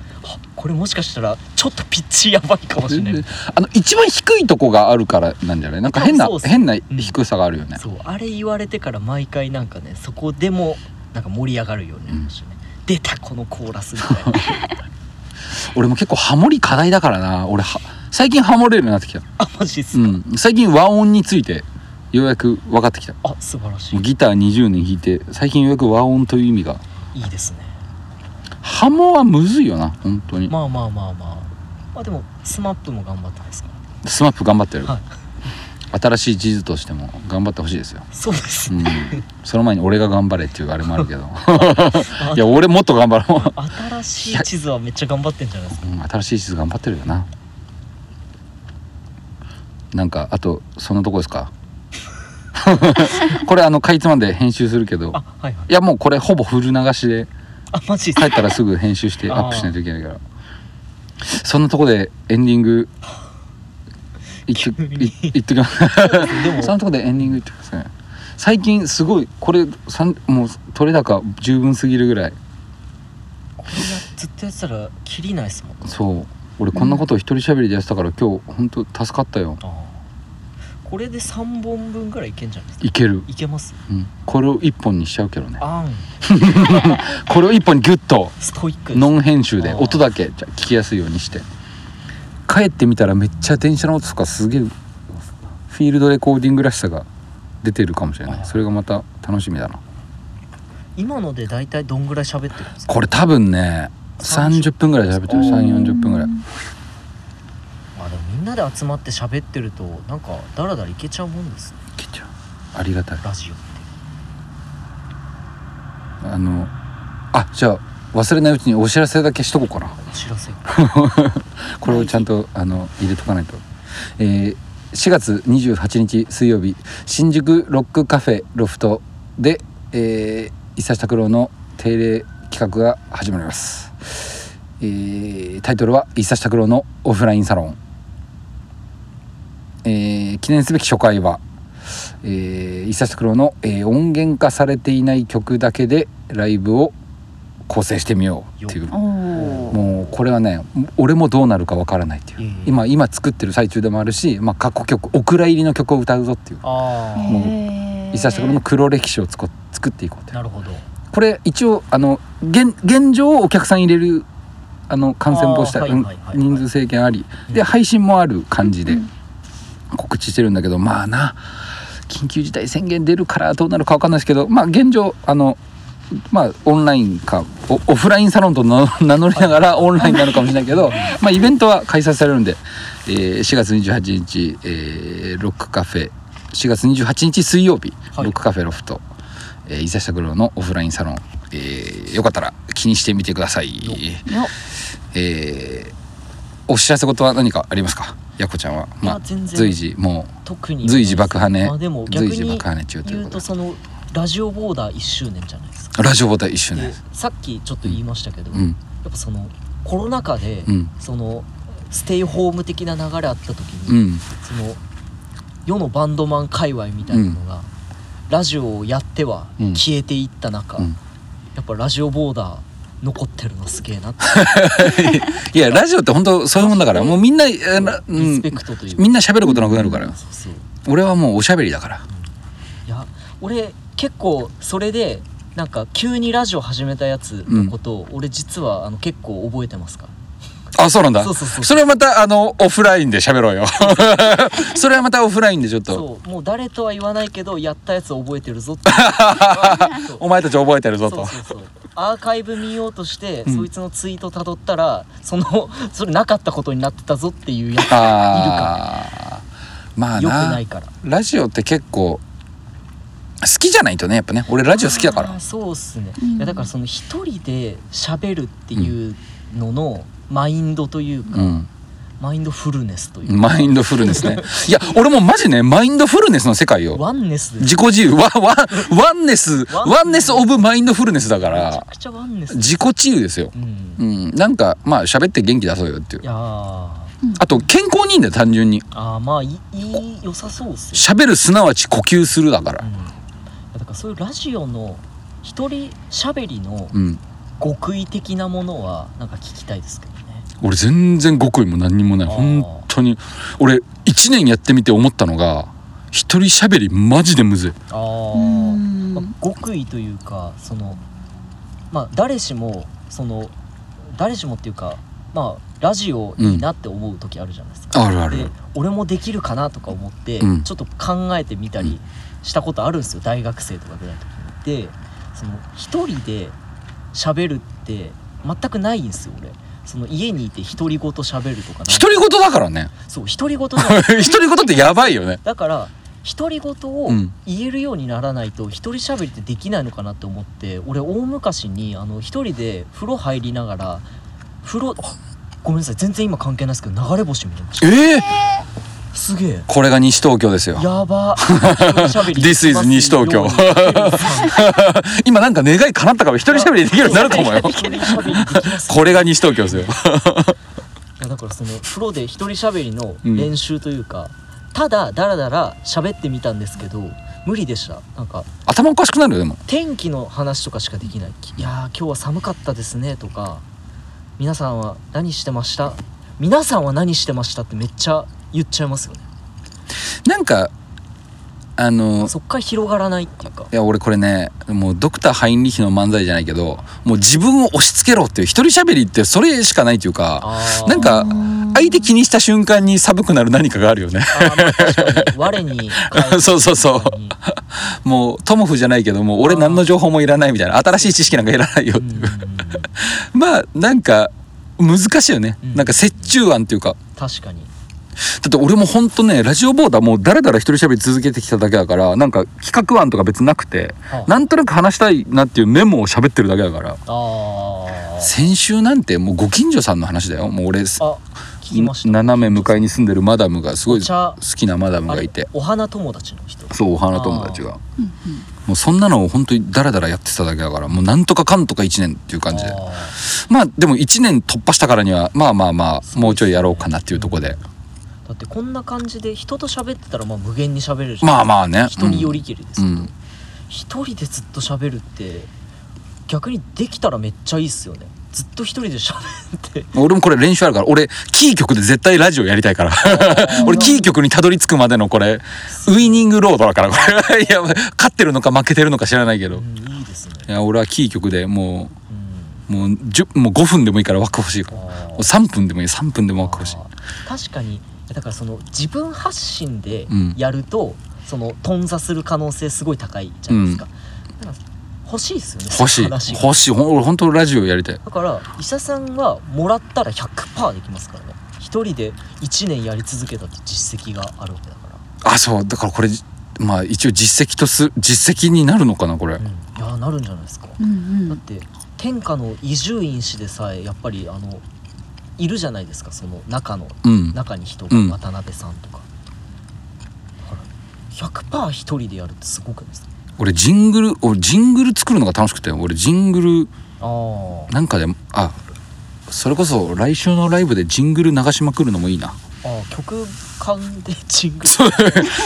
[SPEAKER 2] これもしかしたらちょっとピッチやばいかもしれない
[SPEAKER 1] あの一番低いとこがあるからなんじゃないなんか変な
[SPEAKER 2] 多分そうっす
[SPEAKER 1] 変な低さがあるよね、
[SPEAKER 2] そうあれ言われてから毎回なんかねそこでもなんか盛り上がるようになりましたね「出たこのコーラス」みたいな
[SPEAKER 1] 俺も結構ハモリ課題だからな俺は最近ハモれるようになってきた、
[SPEAKER 2] あマジっす
[SPEAKER 1] う
[SPEAKER 2] か、
[SPEAKER 1] ん、最近和音についてようやく分かってきた
[SPEAKER 2] あ素晴らしい
[SPEAKER 1] ギター20年弾いて最近ようやく和音という意味が
[SPEAKER 2] いいですね
[SPEAKER 1] ハモはむずいよな本当に
[SPEAKER 2] まあまあまあまあまあでもスマップも頑張ってますから
[SPEAKER 1] スマップ頑張ってる、
[SPEAKER 2] は
[SPEAKER 1] 新しい地図としても頑張ってほしいですよ、
[SPEAKER 2] そうです [LAUGHS]
[SPEAKER 1] う
[SPEAKER 2] ね、
[SPEAKER 1] ん、その前に俺が頑張れっていうあれもある
[SPEAKER 2] [LAUGHS]
[SPEAKER 1] けどいや俺もっと頑張ろ
[SPEAKER 2] 新しい地図はめっちゃ頑張ってんじゃないですか
[SPEAKER 1] う、うん、新しい地図頑張ってるよななんかあとそんなとこですか [LAUGHS] これあのかいつまんで編集するけど
[SPEAKER 2] あはいはい
[SPEAKER 1] いやもうこれほぼフル流しで
[SPEAKER 2] あマジっすか
[SPEAKER 1] 帰ったらすぐ編集してアップしないといけないからそんなとこでエンディングいっと
[SPEAKER 2] 急に
[SPEAKER 1] いいっときます
[SPEAKER 2] でも
[SPEAKER 1] そのとこでエンディングいってください最近すごいこれさんもう取れ高十分すぎるぐらい
[SPEAKER 2] これやずっとやってたら切りないですもんあ
[SPEAKER 1] そう俺こんなことを一人喋りでやってたから今日本当助かったよ
[SPEAKER 2] ーこれで3本分ぐらいいけんじゃないですか
[SPEAKER 1] いける、
[SPEAKER 2] いけます
[SPEAKER 1] うん、これを一本にしちゃうけどね
[SPEAKER 2] あん
[SPEAKER 1] これを一本にギュッと
[SPEAKER 2] ストイックです
[SPEAKER 1] ノン編集で
[SPEAKER 2] あー
[SPEAKER 1] 音だけじゃあ聞きやすいようにして帰ってみたらめっちゃ電車の音とかすげえフィールドレコーディングらしさが出てるかもしれないそれがまた楽しみだな
[SPEAKER 2] 今ので大体どんぐらい喋ってるんですか
[SPEAKER 1] これ多分ね30分ぐらい喋ってる3 4 0分ぐらい
[SPEAKER 2] あでもみんんなで集まって喋ってるとなんかだらだらいけちゃうもんですね
[SPEAKER 1] けちゃうありがたい
[SPEAKER 2] ラジオって
[SPEAKER 1] [LAUGHS] あのあじゃあ忘れないうちにお知らせだけしとこうかな
[SPEAKER 2] お知らせ
[SPEAKER 1] これをちゃんとあの入れとかないと、えー4月28日水曜日新宿ロックカフェロフトで、えー、伊佐拓郎の定例企画が始まります、えータイトルは「伊佐拓郎のオフラインサロン」えー記念すべき初回は「えー伊佐拓郎の、えー音源化されていない曲だけでライブを構成してみよう」っていう
[SPEAKER 3] おおー
[SPEAKER 1] もうこれはね俺もどうなるかわからないっていう、
[SPEAKER 2] ええ
[SPEAKER 1] 今今作ってる最中でもあるし、まあ、過去曲お蔵入りの曲を歌うぞっていう
[SPEAKER 2] あ
[SPEAKER 1] もう
[SPEAKER 3] へー
[SPEAKER 1] 伊佐下の黒歴史をつこ作っていこうと
[SPEAKER 2] あ
[SPEAKER 1] い
[SPEAKER 2] な
[SPEAKER 1] う
[SPEAKER 2] るほど
[SPEAKER 1] これ一応あの現現状お客さん入れるあの感染防止
[SPEAKER 2] あ
[SPEAKER 1] 対
[SPEAKER 2] ーはいはいはいはい
[SPEAKER 1] 人数制限ありで
[SPEAKER 2] うん
[SPEAKER 1] 配信もある感じで
[SPEAKER 3] うん
[SPEAKER 1] 告知してるんだけどまあな緊急事態宣言出るからどうなるかわかんないですけどまあ現状あのまあオンラインかおオフラインサロンと名名乗り [LAUGHS] ながらオンラインになるかもしれないけどまあイベントは開催されるんで、えー4月28日、えーロックカフェ4月28日水曜日、
[SPEAKER 2] はい
[SPEAKER 1] ロックカフェロフト、えー、伊佐下黒のオフラインサロン、えーよかったら気にしてみてください
[SPEAKER 2] よ、
[SPEAKER 3] よ
[SPEAKER 1] えーお知らせ事は何かありますかやこちゃんは、
[SPEAKER 2] いや
[SPEAKER 1] まあ、
[SPEAKER 2] 全然
[SPEAKER 1] 随時も
[SPEAKER 2] 特
[SPEAKER 1] う
[SPEAKER 2] に
[SPEAKER 1] 随時爆破ね
[SPEAKER 2] まあでも逆
[SPEAKER 1] 随時
[SPEAKER 2] に
[SPEAKER 1] 爆破ね中という
[SPEAKER 2] 言う
[SPEAKER 1] ことと
[SPEAKER 2] そのラジオボーダー1周年じゃないですか
[SPEAKER 1] でラジオボタン一周
[SPEAKER 2] で
[SPEAKER 1] 年
[SPEAKER 2] さっきちょっと言いましたけど、
[SPEAKER 1] う
[SPEAKER 2] やっ
[SPEAKER 1] ん
[SPEAKER 2] ぱそのコロナ禍で、
[SPEAKER 1] うん
[SPEAKER 2] そのステイホーム的な流れあった時
[SPEAKER 1] う
[SPEAKER 2] に、
[SPEAKER 1] ん
[SPEAKER 2] その世のバンドマン界隈みたいなのが、ラジオをやっては
[SPEAKER 1] うん
[SPEAKER 2] 消えていった中、
[SPEAKER 1] うん
[SPEAKER 2] やっぱラジオボーダー残ってるのすげえなって
[SPEAKER 1] いやラジオって本当そういうもんだからもうみんな、えー [LAUGHS] なう
[SPEAKER 2] リス
[SPEAKER 1] ん
[SPEAKER 2] ペ、クトというか、
[SPEAKER 1] みんな喋ることなくなるから
[SPEAKER 2] そうそう
[SPEAKER 1] 俺はもうおしゃべりだから
[SPEAKER 2] いや俺結構それでなんか急にラジオ始めたやつのことを、俺実はあの結構覚えてますから
[SPEAKER 1] あそうなんだ
[SPEAKER 2] そうそうそう
[SPEAKER 1] それはまたあのオフラインで喋ろうよ [LAUGHS] それはまたオフラインでちょっと
[SPEAKER 2] そうもう誰とは言わないけどやったやつ覚えてるぞって
[SPEAKER 1] [LAUGHS]
[SPEAKER 2] そう
[SPEAKER 1] お前たち覚えてるぞと
[SPEAKER 2] そうそうそうアーカイブ見ようとして、
[SPEAKER 1] うん
[SPEAKER 2] そいつのツイートたどったらそのそれなかったことになってたぞっていうやつ
[SPEAKER 1] ああまあ
[SPEAKER 2] よくな
[SPEAKER 1] ない
[SPEAKER 2] から
[SPEAKER 1] ラジオって結構好きじゃないとねやっぱね俺ラジオ好きだか
[SPEAKER 2] あ
[SPEAKER 1] ら
[SPEAKER 2] ーそうっすね、
[SPEAKER 3] うん
[SPEAKER 2] いやだからその一人で喋るっていうののマインドというか、
[SPEAKER 1] うん
[SPEAKER 2] マインドフルネスというか、
[SPEAKER 1] マインドフルネス [LAUGHS] ねいや俺もマジねマインドフルネスの世界よ
[SPEAKER 2] ワンネスです
[SPEAKER 1] 自己自由ワワワンネスワンネスオブマインドフルネスだか
[SPEAKER 2] めちゃ
[SPEAKER 1] ら
[SPEAKER 2] くちゃワンネス
[SPEAKER 1] 自己自由ですよ
[SPEAKER 2] うん
[SPEAKER 1] う
[SPEAKER 2] い
[SPEAKER 1] んなんかまあ喋って元気出そうよっていう
[SPEAKER 2] やーあ
[SPEAKER 1] あと健康にいいんだよ単純に
[SPEAKER 2] ーまあいいいい良さそうっすよ
[SPEAKER 1] 喋るすなわち呼吸するだか
[SPEAKER 2] う
[SPEAKER 1] ら
[SPEAKER 2] んいやだからそういうラジオの一人喋りの
[SPEAKER 1] うん
[SPEAKER 2] 極意的なものはなんか聞きたいですけどね
[SPEAKER 1] 俺全然極意も何にもない
[SPEAKER 2] あー
[SPEAKER 1] 本当に俺1年やってみて思ったのが一人喋りマジでむずい
[SPEAKER 2] ああ、
[SPEAKER 3] うん
[SPEAKER 2] まあ極意というかそのまあ誰しもその誰しもっていうかまあラジオいいなって思う時あるじゃないですか、
[SPEAKER 1] あるあ
[SPEAKER 2] で俺もできるかなとか思って、
[SPEAKER 1] うん
[SPEAKER 2] ちょっと考えてみたりしたことあるんですよ大学生とかぐらいの時にでその一人で喋るって全くないんですよ俺その家にいて独り言喋るとかなんか
[SPEAKER 1] 独り言だから [LAUGHS] ね
[SPEAKER 2] そう独り言じゃない
[SPEAKER 1] 独り言ってやばいよね
[SPEAKER 2] だから独り言を
[SPEAKER 1] うん
[SPEAKER 2] 言えるようにならないと一人喋りってできないのかなって思って俺大昔にあの一人で風呂入りながら風呂あごめんなさい全然今関係ないですけど流れ星見れまし
[SPEAKER 1] ええ
[SPEAKER 2] たすげえ
[SPEAKER 1] これが西東京ですよ
[SPEAKER 2] やば。
[SPEAKER 1] This is 西東京 [LAUGHS] 今なんか願い叶ったかも一人喋りできるようになると [LAUGHS] 思うよこれが西東京ですよ
[SPEAKER 2] いやだからその風呂で一人喋りの練習というか、ただだらだら喋ってみたんですけど無理でしたなんか
[SPEAKER 1] 頭おかしくなるよでも
[SPEAKER 2] 天気の話とかしかできない「いやー今日は寒かったですね」とか「皆さんは何してました?」「皆さんは何してました?」ってめっちゃ言っちゃいますよね
[SPEAKER 1] なんかあの
[SPEAKER 2] そっから広がらないっていうか
[SPEAKER 1] いや俺これねもうドクターハインリヒの漫才じゃないけどもう自分を押し付けろっていう一人喋りってそれしかないというか
[SPEAKER 2] あー
[SPEAKER 1] なんか相手気にした瞬間に寒くなる何かがあるよね [LAUGHS]
[SPEAKER 2] あーまあ確かに我に返る
[SPEAKER 1] そうそうそうもうトモフじゃないけどもう俺何の情報もいらないみたいな新しい知識なんかいらないよ
[SPEAKER 2] う
[SPEAKER 1] ってい
[SPEAKER 2] ん
[SPEAKER 1] うまあなんか難しいよね
[SPEAKER 2] うん
[SPEAKER 1] なんか折衷案っていうか
[SPEAKER 2] 確かに
[SPEAKER 1] だって俺もほんとねラジオボーダーもうだらだら一人喋り続けてきただけだからなんか企画案とか別になくて
[SPEAKER 2] はあ
[SPEAKER 1] なんとなく話したいなっていうメモを喋ってるだけだから
[SPEAKER 2] あー
[SPEAKER 1] 先週なんてもうご近所さんの話だよもう俺
[SPEAKER 2] あ聞きました
[SPEAKER 1] 斜め向かいに住んでるマダムがすごい
[SPEAKER 2] お
[SPEAKER 1] 好
[SPEAKER 2] 茶
[SPEAKER 1] きなマダムがい
[SPEAKER 2] あ
[SPEAKER 1] て
[SPEAKER 2] れお花友達の人
[SPEAKER 1] そうお花友達がもうそんなのを本当にダラダラやってただけだからもうなんとかかんとか1年っていう感じで
[SPEAKER 2] あ
[SPEAKER 1] まあでも1年突破したからにはまあまあまあもうちょいやろうかなっていうとこで
[SPEAKER 2] ーだってこんな感じで人と喋ってたらまあ無限に喋れるじゃん
[SPEAKER 1] まあまあね
[SPEAKER 2] 人によりきりですけど、
[SPEAKER 1] うん
[SPEAKER 2] 一人でずっと喋るって逆にできたらめっちゃいいっすよねずっと一人で喋って
[SPEAKER 1] 俺もこれ練習あるから俺キー局で絶対ラジオやりたいから俺キー局にたどり着くまでのこれウイニングロードだからこれ [LAUGHS] いや勝ってるのか負けてるのか知らないけ
[SPEAKER 2] う
[SPEAKER 1] ど
[SPEAKER 2] んいいですね
[SPEAKER 1] いや俺はキー局でも
[SPEAKER 2] うん
[SPEAKER 1] うもう10もう5分でもいいから枠欲しいから
[SPEAKER 2] あー
[SPEAKER 1] 3分でもいい3分でも枠欲しい
[SPEAKER 2] あー確かにだからその自分発信で
[SPEAKER 1] うん
[SPEAKER 2] やると、その頓挫する可能性すごい高いじゃないですか,、だから欲しいですよね
[SPEAKER 1] 欲しい
[SPEAKER 2] 話が
[SPEAKER 1] 欲しいほん俺本当ラジオやりたい
[SPEAKER 2] だから医者さんはもらったら100%できますからね一人で1年やり続けたって実績があるわけだから
[SPEAKER 1] あそうだからこれまあ一応実績とす実績になるのかなこれ、
[SPEAKER 2] うん、いやーなるんじゃないですか、
[SPEAKER 3] うんう
[SPEAKER 2] だっ
[SPEAKER 3] ん
[SPEAKER 2] て天下の伊集院氏でさえやっぱりあのいるじゃないですかその中の
[SPEAKER 1] うん
[SPEAKER 2] 中に人
[SPEAKER 1] うん
[SPEAKER 2] が渡辺さんとか、だから100%一人でやるってすごくないですか
[SPEAKER 1] 俺ジングル俺ジングル作るのが楽しくて俺ジングル
[SPEAKER 2] あ
[SPEAKER 1] なんかでもあそれこそ来週のライブでジングル流しまくるのもいいな
[SPEAKER 2] あー曲間でジングル
[SPEAKER 1] そう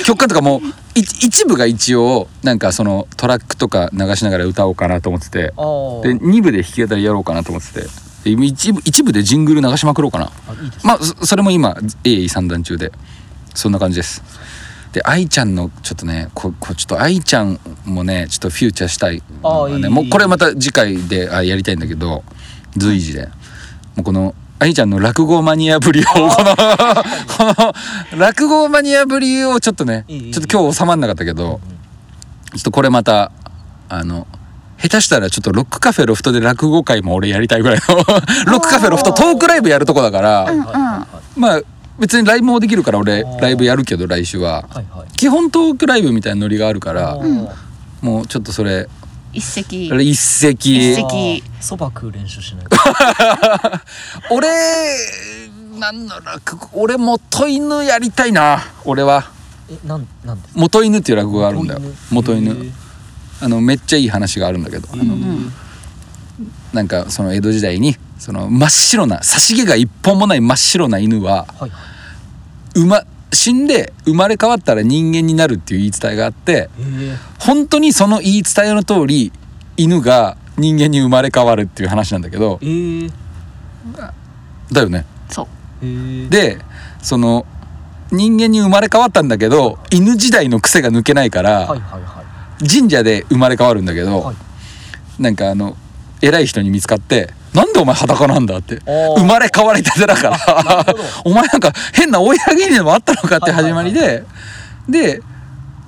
[SPEAKER 1] 曲間とかもうい一部が一応なんかそのトラックとか流しながら歌おうかなと思ってて
[SPEAKER 2] あー
[SPEAKER 1] で2部で弾き語りやろうかなと思っててで一部一部でジングル流しまくろうかな
[SPEAKER 2] あいいですね
[SPEAKER 1] まあそそれも今鋭意三段中でそんな感じですで愛ちゃんのちょっとねここちょっと愛ちゃんもねちょっとフューチャーしたいのが
[SPEAKER 2] あーいい
[SPEAKER 1] ね
[SPEAKER 2] いい
[SPEAKER 1] もうこれまた次回であやりたいんだけど随時でもうこの愛ちゃんの落語マニアぶりをこの [LAUGHS] この落語マニアぶりをちょっとね
[SPEAKER 2] いいいい
[SPEAKER 1] ちょっと今日収まんなかったけどちょっとこれまたあの下手したらちょっとロックカフェロフトで落語会も俺やりたいぐらいのロックカフェロフトトークライブやるとこだから、
[SPEAKER 2] はいはいは
[SPEAKER 1] まあ別にライブもできるから俺
[SPEAKER 2] あー
[SPEAKER 1] ライブやるけど来週はい
[SPEAKER 2] はいはい
[SPEAKER 1] 基本トークライブみたいなノリがあるか
[SPEAKER 2] あ
[SPEAKER 1] ら
[SPEAKER 2] ー
[SPEAKER 3] うん
[SPEAKER 1] もうちょっとそれ
[SPEAKER 3] 一席
[SPEAKER 1] あれ一
[SPEAKER 3] 一
[SPEAKER 1] 石
[SPEAKER 3] 石席
[SPEAKER 2] あーそば食う練習しない
[SPEAKER 1] 俺なんの落語俺元犬やりたいな俺は
[SPEAKER 2] とえなんなんですか
[SPEAKER 1] 元犬っていう落語があるんだよ元
[SPEAKER 2] へ
[SPEAKER 1] 犬
[SPEAKER 2] ー
[SPEAKER 1] あのめっちゃいい話があるんだけどあの
[SPEAKER 3] うん
[SPEAKER 1] なんかその江戸時代にその真っ白な差し毛が一本もない真っ白な犬は
[SPEAKER 2] はいはい
[SPEAKER 1] 馬死んで生まれ変わったら人間になるっていう言い伝えがあって
[SPEAKER 2] えー
[SPEAKER 1] 本当にその言い伝えの通り犬が人間に生まれ変わるっていう話なんだけど
[SPEAKER 2] えー
[SPEAKER 1] だよね
[SPEAKER 3] そう
[SPEAKER 2] えー
[SPEAKER 1] でその人間に生まれ変わったんだけど犬時代の癖が抜けない
[SPEAKER 2] は
[SPEAKER 1] か
[SPEAKER 2] い
[SPEAKER 1] ら
[SPEAKER 2] はいはい
[SPEAKER 1] 神社で生まれ変わるんだけど
[SPEAKER 2] はい
[SPEAKER 1] なんかあの偉い人に見つかって「なんでお前裸なんだ?」って
[SPEAKER 2] あー
[SPEAKER 1] 生まれ変わりたてだから
[SPEAKER 2] なるほど
[SPEAKER 1] [LAUGHS] お前なんか変な追い上げにでもあったのかっ
[SPEAKER 2] は
[SPEAKER 1] て
[SPEAKER 2] いはい
[SPEAKER 1] 始
[SPEAKER 2] は
[SPEAKER 1] ま
[SPEAKER 2] い
[SPEAKER 1] りでで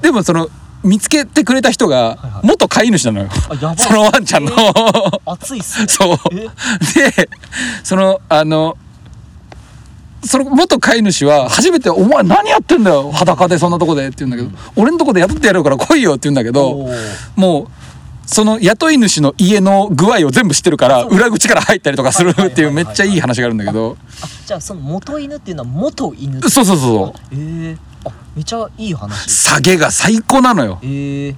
[SPEAKER 1] でもその見つけてくれた人
[SPEAKER 2] はい
[SPEAKER 1] が
[SPEAKER 2] はい
[SPEAKER 1] 元飼い主なのよ
[SPEAKER 2] あやばい
[SPEAKER 1] そのワンちゃんの
[SPEAKER 2] え。ー熱いっす
[SPEAKER 1] [LAUGHS]
[SPEAKER 2] ね
[SPEAKER 1] そう
[SPEAKER 2] え
[SPEAKER 1] でそのあのその元飼い主は初めて「お前何やってんだよ裸でそんなとこで」って言うんだけど「俺のとこで雇ってやるから来いよ」って言うんだけ
[SPEAKER 2] お
[SPEAKER 1] ど
[SPEAKER 2] ー
[SPEAKER 1] もうその雇い主の家の具合を全部知ってるから裏口から入ったりとかする
[SPEAKER 2] はいはいはい
[SPEAKER 1] っていうめっちゃいい話があるんだけど
[SPEAKER 2] あじゃあその元犬っていうのは元犬って
[SPEAKER 1] そうそうそうそう
[SPEAKER 2] えー、あめちゃいい話です
[SPEAKER 1] 下げが最高なのよ
[SPEAKER 2] え。ー、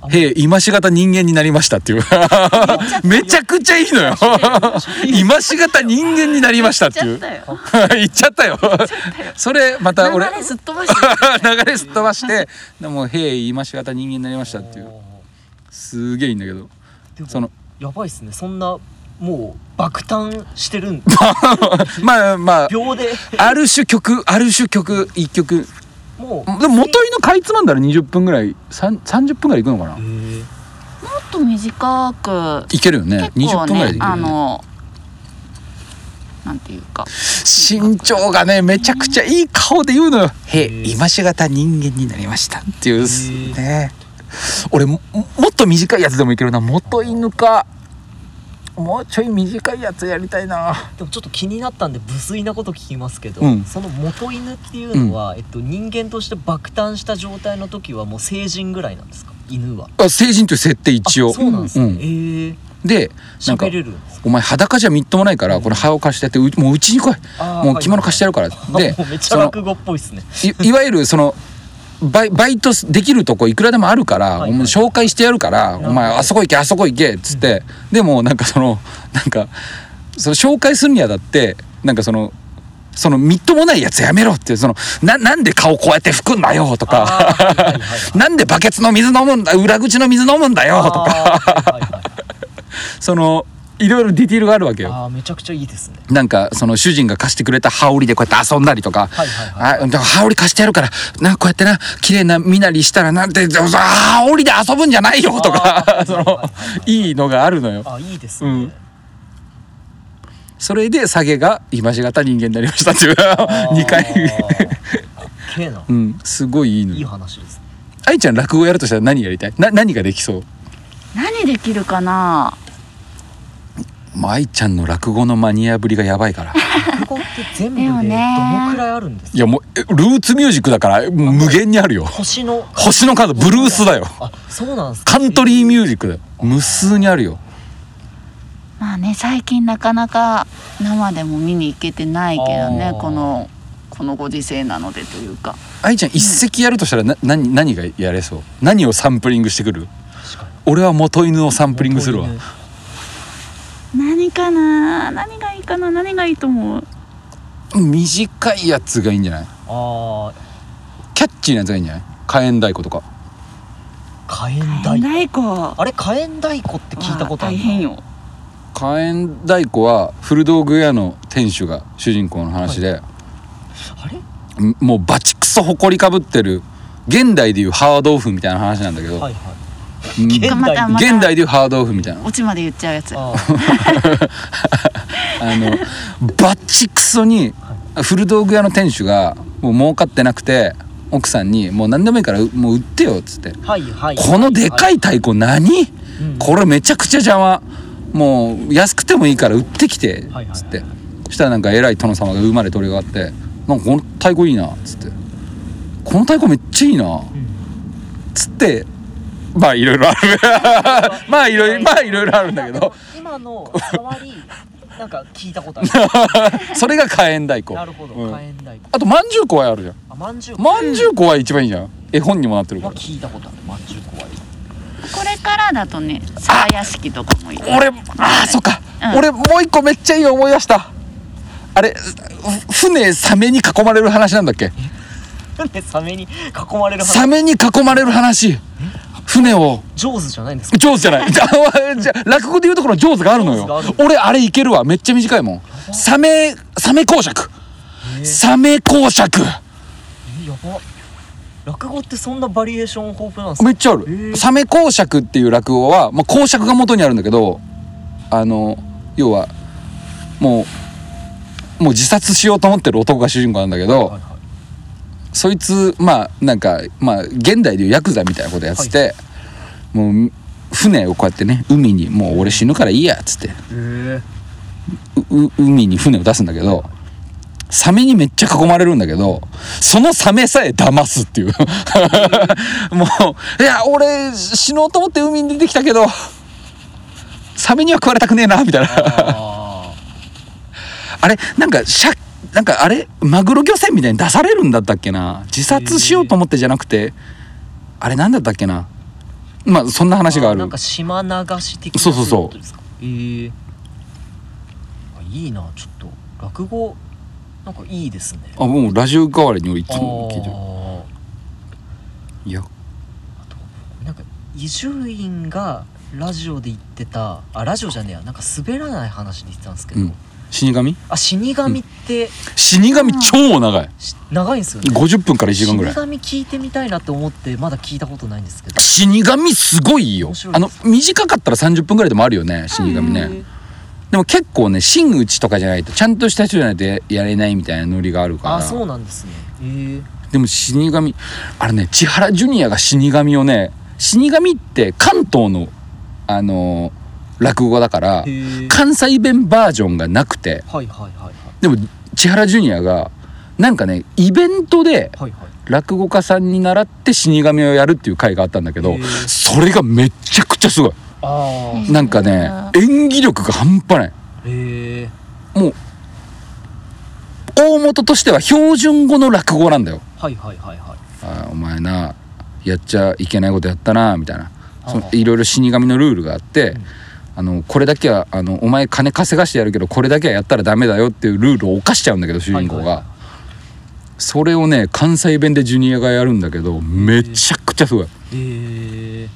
[SPEAKER 2] あ
[SPEAKER 1] へえ今しがた人間になりましたっていう [LAUGHS] めちゃくちゃいいのよ今しがた人間になりましたっていう
[SPEAKER 3] 言っちゃったよ
[SPEAKER 1] [LAUGHS] 言っちゃったよそれまた俺
[SPEAKER 3] 流れすっ飛ばして
[SPEAKER 1] [LAUGHS] 流れすっ飛ばして「でもへい今しがた人間になりました」っていうすげえいいんだけど [LAUGHS]
[SPEAKER 2] でも
[SPEAKER 1] その
[SPEAKER 2] やばいっすねそんなもう爆誕してるん
[SPEAKER 1] [LAUGHS] まあまあ
[SPEAKER 2] 秒で
[SPEAKER 1] ある種曲ある種曲一曲
[SPEAKER 2] もう
[SPEAKER 1] でも元井のかいつまんだら20分ぐらいさん30分ぐらいいくのかな
[SPEAKER 2] えー、
[SPEAKER 3] もっと短く
[SPEAKER 1] いけるよね
[SPEAKER 3] 結
[SPEAKER 1] 20分
[SPEAKER 3] 構
[SPEAKER 1] ぐらい
[SPEAKER 3] ね
[SPEAKER 1] でいけ
[SPEAKER 3] あ
[SPEAKER 1] るよね
[SPEAKER 3] のなんていうか
[SPEAKER 1] 身長がねめちゃくちゃいい顔で言うのよ「へ
[SPEAKER 2] ー
[SPEAKER 1] い今しがた人間になりました」っていうす
[SPEAKER 2] ー
[SPEAKER 1] ね俺ももっと短いやつでもいけるな元犬かもうちょい短いやつやりたいな
[SPEAKER 2] でもちょっと気になったんで無粋なこと聞きますけど、
[SPEAKER 1] うん
[SPEAKER 2] その元犬っていうのは、えっと、人間として爆誕した状態の時はもう成人ぐらいなんですか犬は
[SPEAKER 1] あ成人という設定一
[SPEAKER 2] あ
[SPEAKER 1] 応
[SPEAKER 2] そうなんですね、
[SPEAKER 1] うん
[SPEAKER 2] えー、
[SPEAKER 1] でなんか
[SPEAKER 2] 喋れるんです
[SPEAKER 1] お前裸じゃみっともないからこれ歯を貸してってうもううちに来い
[SPEAKER 2] あー
[SPEAKER 1] もう着物貸してやるから
[SPEAKER 2] はい
[SPEAKER 1] で
[SPEAKER 2] あ [LAUGHS] もうめっち
[SPEAKER 1] そ
[SPEAKER 2] ゃ
[SPEAKER 1] の
[SPEAKER 2] 落語っぽいですね
[SPEAKER 1] いいわゆるそのバイバイトできるとこいくらでもあるから、
[SPEAKER 2] はい
[SPEAKER 1] お前紹介してやるから、
[SPEAKER 2] ほど
[SPEAKER 1] お前あそこ行けあそこ行けっつって、でもなんかそのなんかその紹介するにはだってなんかそのそのみっともないやつやめろっていうそのななんで顔こうやって拭くんだよと
[SPEAKER 2] あ
[SPEAKER 1] か
[SPEAKER 2] ーはいはいはいはい
[SPEAKER 1] なんでバケツの水飲むんだ裏口の水飲むんだよとか
[SPEAKER 2] あーはいはいはい
[SPEAKER 1] そのいろいろディティールがあるわけよ。
[SPEAKER 2] あーめちゃくちゃいいですね
[SPEAKER 1] なんかその主人が貸してくれた羽織でこうやって遊んだりとか、
[SPEAKER 2] はいはいはい
[SPEAKER 1] あ、でも羽織貸してやるから、な、こうやってな、綺麗な身なりしたら、なんて、でもさ羽織で遊ぶんじゃないよとか
[SPEAKER 2] あ、ー
[SPEAKER 1] [LAUGHS] そ
[SPEAKER 2] はいはい
[SPEAKER 1] の
[SPEAKER 2] はい、
[SPEAKER 1] いいのがあるのよ。
[SPEAKER 2] あいいですね、
[SPEAKER 1] うんそれで、下げが、今しがた人間になりましたっていう、
[SPEAKER 2] あー
[SPEAKER 1] 2回。
[SPEAKER 2] かっけえな
[SPEAKER 1] うん、すごいいいの
[SPEAKER 2] いい
[SPEAKER 1] よ。
[SPEAKER 2] 話ですね
[SPEAKER 1] 愛ちゃん落語やるとしたら何やりたいな、何ができそう
[SPEAKER 3] 何できるかな
[SPEAKER 1] もう愛ちゃんの落語のマニアぶりがやばいから。
[SPEAKER 2] 落語って全部で
[SPEAKER 3] で
[SPEAKER 2] ど
[SPEAKER 3] も
[SPEAKER 2] の
[SPEAKER 3] ね
[SPEAKER 2] くらいあるんです
[SPEAKER 1] い
[SPEAKER 2] か
[SPEAKER 1] や、もう、えルーツミュージックだから、もう無限にあるよ。
[SPEAKER 2] 星の
[SPEAKER 1] 星の数、ブルースだよ。
[SPEAKER 2] あそうなんですか
[SPEAKER 1] カントリーミュージックだよ。無数にあるよ。
[SPEAKER 3] まあね最近なかなか生でも見に行けてないけど
[SPEAKER 2] あ
[SPEAKER 3] ね
[SPEAKER 2] ー
[SPEAKER 3] このこのご時世なのでというか
[SPEAKER 1] 愛ちゃん一席やるとしたらな何何がやれそう何をサンプリングしてくる
[SPEAKER 2] 確かに
[SPEAKER 1] 俺は元犬をサンプリングするわ
[SPEAKER 2] 元
[SPEAKER 3] 何かな何がいいかな何がいいと思う
[SPEAKER 1] 短いやつがいいんじゃない
[SPEAKER 2] 犬ああ
[SPEAKER 1] キャッチーなやつがいいんじゃない火炎太鼓とか
[SPEAKER 2] 火炎
[SPEAKER 3] 大
[SPEAKER 2] 太鼓
[SPEAKER 3] 太鼓
[SPEAKER 2] あれ火炎太鼓って聞いたことある
[SPEAKER 3] 大
[SPEAKER 2] な
[SPEAKER 3] 変よ
[SPEAKER 1] 火炎太鼓は古道具屋の店主が主人公の話で、
[SPEAKER 2] あれ
[SPEAKER 1] んもうバチクソ埃かぶってる現代でいうハードオフみたいな話なんだけど、
[SPEAKER 2] はいはい
[SPEAKER 1] うん
[SPEAKER 2] 現代
[SPEAKER 3] またま
[SPEAKER 1] 現
[SPEAKER 3] た
[SPEAKER 1] 代でいうハードオフみたいな
[SPEAKER 3] オチまで言っちゃうやつ
[SPEAKER 2] あー
[SPEAKER 1] あのバチクソに古道具屋の店主がもう儲かってなくて奥さんに「もう何でもいいからうもう売ってよ」っつって
[SPEAKER 2] はいはい
[SPEAKER 1] このでかい太鼓何
[SPEAKER 2] うん
[SPEAKER 1] これめちゃくちゃ邪魔もう安くてもいいから売ってきて
[SPEAKER 2] はいはいはい
[SPEAKER 1] つってそしたらなんか偉い殿様が生まれとりがあって「なんかこの太鼓いいな」っつって「この太鼓めっちゃいいな」
[SPEAKER 2] うん
[SPEAKER 1] つってまあいろいろある
[SPEAKER 2] [LAUGHS]
[SPEAKER 1] まあいろいろまあいろいろあるんだけど
[SPEAKER 2] 今の触りなんか聞いた
[SPEAKER 1] [LAUGHS]
[SPEAKER 2] ことある
[SPEAKER 1] それが火炎太鼓
[SPEAKER 2] なるほど火
[SPEAKER 1] うん
[SPEAKER 2] 炎太鼓
[SPEAKER 1] あとまんじゅう怖いあるじゃん
[SPEAKER 2] あまんじゅう
[SPEAKER 1] まんじゅう怖い一番いいじゃん絵本にもなってるか
[SPEAKER 2] は
[SPEAKER 1] ら
[SPEAKER 2] 聞いたことあるまんじゅう怖い
[SPEAKER 3] これからだとね皿屋敷とかもいい
[SPEAKER 1] 俺ああそっか、
[SPEAKER 3] うん
[SPEAKER 1] 俺もう一個めっちゃいい思い出したあれふ船サメに囲まれる話なんだっけ
[SPEAKER 2] なんでサメに囲まれる話
[SPEAKER 1] サメに囲まれる話船を
[SPEAKER 2] 上手じゃないんですか
[SPEAKER 1] 上手じゃない [LAUGHS] じゃあじゃあ落語で言うところの上手があるの
[SPEAKER 2] 上手があ
[SPEAKER 1] よ
[SPEAKER 2] る
[SPEAKER 1] 俺あれいけるわめっちゃ短いもんサメサメ公爵
[SPEAKER 2] えー
[SPEAKER 1] サメ公爵
[SPEAKER 2] えやば落語ってそんなバリエーション豊富なんですか
[SPEAKER 1] めっちゃあ
[SPEAKER 2] え
[SPEAKER 1] る
[SPEAKER 2] ー
[SPEAKER 1] サメ公爵っていう落語は、まあ、公爵が元にあるんだけどあの要はもうもう自殺しようと思ってる男が主人公なんだけど、
[SPEAKER 2] はいはい
[SPEAKER 1] そいつまあなんかまあ現代でいうヤクザみたいなことやってて、もう船をこうやってね海にもう俺死ぬからいいやっつって
[SPEAKER 2] え
[SPEAKER 1] うう海に船を出すんだけどサメにめっちゃ囲まれるんだけどそのサメさえ騙すっていう [LAUGHS] もういや俺死のうと思って海に出てきたけどサメには食われたくねえなみたいな
[SPEAKER 2] ー、あ
[SPEAKER 1] あれなんかしゃなんかあれマグロ漁船みたいに出されるんだったっけな自殺しようと思ってじゃなくて、あれなんだったっけなまあそんな話がある
[SPEAKER 2] なんか島流し的な
[SPEAKER 1] そうそうそう
[SPEAKER 2] いことですかえー、あいいなちょっと落語なんかいいですね
[SPEAKER 1] あもうラジオ代わりに俺いつも聞いてる
[SPEAKER 2] あ
[SPEAKER 1] いや
[SPEAKER 2] ーなんか伊集院がラジオで言ってたあラジオじゃねえやなんか滑らない話で言ってたんですけど、
[SPEAKER 1] うん死神
[SPEAKER 2] あ死神って
[SPEAKER 1] 死神超長い
[SPEAKER 2] し長いんですよね
[SPEAKER 1] 50分から1時間ぐらい
[SPEAKER 2] 死神聞いてみたいなって思ってまだ聞いたことないんですけど
[SPEAKER 1] 死神すごいよ
[SPEAKER 2] 面白い
[SPEAKER 1] あの短かったら30分ぐらいでもあるよね死神ね、でも結構ね真打ちとかじゃないとちゃんとした人じゃないとややれないみたいなノリがあるから
[SPEAKER 2] あそうなんですねえー、
[SPEAKER 1] でも死神あれね千原ジュニアが死神をね死神って関東のあのー落語だか
[SPEAKER 2] へ
[SPEAKER 1] ら
[SPEAKER 2] ー
[SPEAKER 1] 関西弁バージョンがなくて
[SPEAKER 2] はいはいはいはい
[SPEAKER 1] でも千原ジュニアがなんかねイベントで
[SPEAKER 2] はいはい
[SPEAKER 1] 落語家さんに習って死神をやるっていう回があったんだけ
[SPEAKER 2] へ
[SPEAKER 1] ど
[SPEAKER 2] ー
[SPEAKER 1] それがめちゃくちゃすごい
[SPEAKER 2] あ
[SPEAKER 3] うん
[SPEAKER 1] なんかね演技力が半端ない
[SPEAKER 2] あへえ
[SPEAKER 1] もう大元としては標準語の落語なんだよ
[SPEAKER 2] はいはいはいはい
[SPEAKER 1] あーお前なやっちゃいけないことやったなみたいなその
[SPEAKER 2] あー
[SPEAKER 1] いろいろ死神のルールがあって、
[SPEAKER 2] ん
[SPEAKER 1] あのこれだけはあのお前金稼がしてやるけどこれだけはやったらダメだよっていうルールを犯しちゃうんだけど主人公が、
[SPEAKER 2] はいはいはい
[SPEAKER 1] それをね関西弁でジュニアがやるんだけどめちゃくちゃすごい
[SPEAKER 2] へえ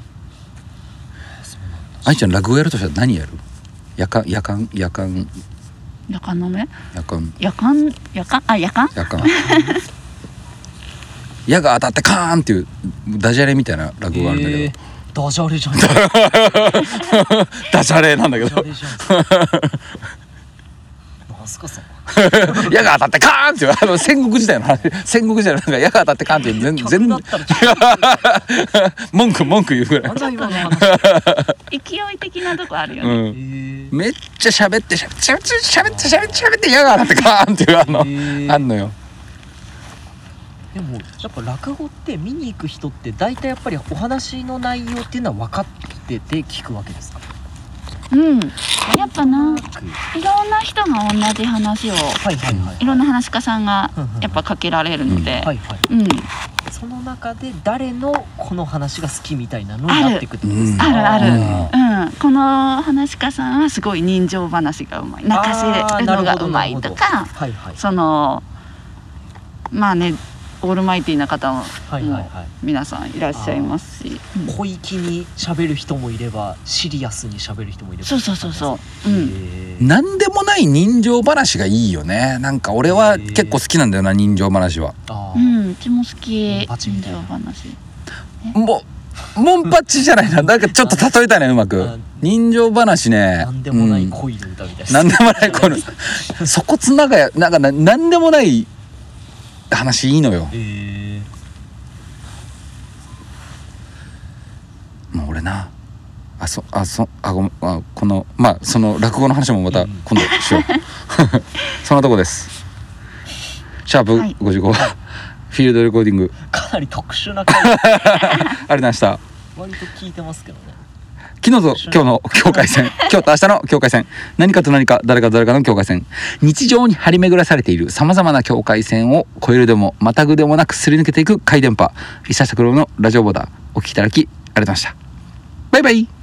[SPEAKER 2] そうなんだ
[SPEAKER 1] 愛ちゃん落語やるとしたら何やる夜間夜間夜間
[SPEAKER 3] 夜間の目
[SPEAKER 1] 夜間
[SPEAKER 3] 夜間夜間あ夜間
[SPEAKER 1] 夜間 [LAUGHS] 矢が当たってカーンっていうダジャレみたいな落語があるんだけど、
[SPEAKER 2] へえダジャレじゃんダジャ
[SPEAKER 1] ダジャレなんだけど
[SPEAKER 2] レじゃんマスカさん
[SPEAKER 1] [LAUGHS] 矢が当たってカーンっていうあの戦国時代の話戦国時代のなんか矢が当たってカーンっていう全
[SPEAKER 2] 逆
[SPEAKER 1] 全
[SPEAKER 2] だったらちょっ
[SPEAKER 1] 文句文句言うぐら
[SPEAKER 2] とな
[SPEAKER 1] い
[SPEAKER 2] んだ今の話
[SPEAKER 3] 勢い的なとこあるよ
[SPEAKER 1] う
[SPEAKER 3] ね、
[SPEAKER 1] ん
[SPEAKER 2] へ
[SPEAKER 1] めっちゃ喋って喋って喋って喋って喋って喋って矢が当たってカーンっていうあの
[SPEAKER 2] え
[SPEAKER 1] あんのよ
[SPEAKER 2] でもやっぱ落語って見に行く人って大体やっぱりお話の内容っていうのは分かってて聞くわけですか
[SPEAKER 3] うん、やっぱな
[SPEAKER 2] はい
[SPEAKER 3] ろんな人が同じ話を
[SPEAKER 2] いはいはい
[SPEAKER 3] いろんな話家さんが
[SPEAKER 2] うんうん
[SPEAKER 3] やっぱかけられるので、
[SPEAKER 2] はいはい
[SPEAKER 3] うん
[SPEAKER 2] その中で誰のこの話が好きみたいなのになってくってことです
[SPEAKER 1] うん
[SPEAKER 2] ね
[SPEAKER 3] あるある
[SPEAKER 1] あ
[SPEAKER 3] うん、この話家さんはすごい人情話がうまい泣かせるのがうまいとか
[SPEAKER 2] はいはい
[SPEAKER 3] そのまあねオールマイティーな方も
[SPEAKER 2] はいはいはい
[SPEAKER 3] 皆さんいらっしゃいますし、うん
[SPEAKER 2] 小粋に喋る人もいればシリアスに喋る人もいれば
[SPEAKER 3] そうそうそうそう、うん、
[SPEAKER 2] へー
[SPEAKER 1] 何でもない人情話がいいよねなんか俺は結構好きなんだよな人情話は
[SPEAKER 2] あ
[SPEAKER 3] う
[SPEAKER 2] ー
[SPEAKER 3] ん、うちも好き
[SPEAKER 2] パチみ
[SPEAKER 3] 人
[SPEAKER 2] たい
[SPEAKER 3] 情
[SPEAKER 2] な
[SPEAKER 3] 話
[SPEAKER 1] もうモンパッチじゃないななんかちょっと例えたねうまく人情話ね
[SPEAKER 2] 何でもな
[SPEAKER 1] う
[SPEAKER 2] い
[SPEAKER 1] ん
[SPEAKER 2] 恋の歌みたいです
[SPEAKER 1] なんでもないこのそこつながやなんかななんでもない話いいのよ
[SPEAKER 2] へー
[SPEAKER 1] もう俺なあそあそあごめんあこのまあその落語の話もまた
[SPEAKER 2] うん
[SPEAKER 1] 今度しよう [LAUGHS] そんなとこですシャープ
[SPEAKER 3] はい
[SPEAKER 1] 55は、フィールドレコーディング
[SPEAKER 2] かなり特殊な回
[SPEAKER 1] ありがとうございました
[SPEAKER 2] 割と聞いてますけどね
[SPEAKER 1] 昨日と今日の境界線今日と明日の境界線何かと何か誰かと誰かの境界線日常に張り巡らされているさまざまな境界線を越えるでもまたぐでもなくすり抜けていく回電波久しぶりのラジオボーダーお聞きいただきありがとうございましたバイバイ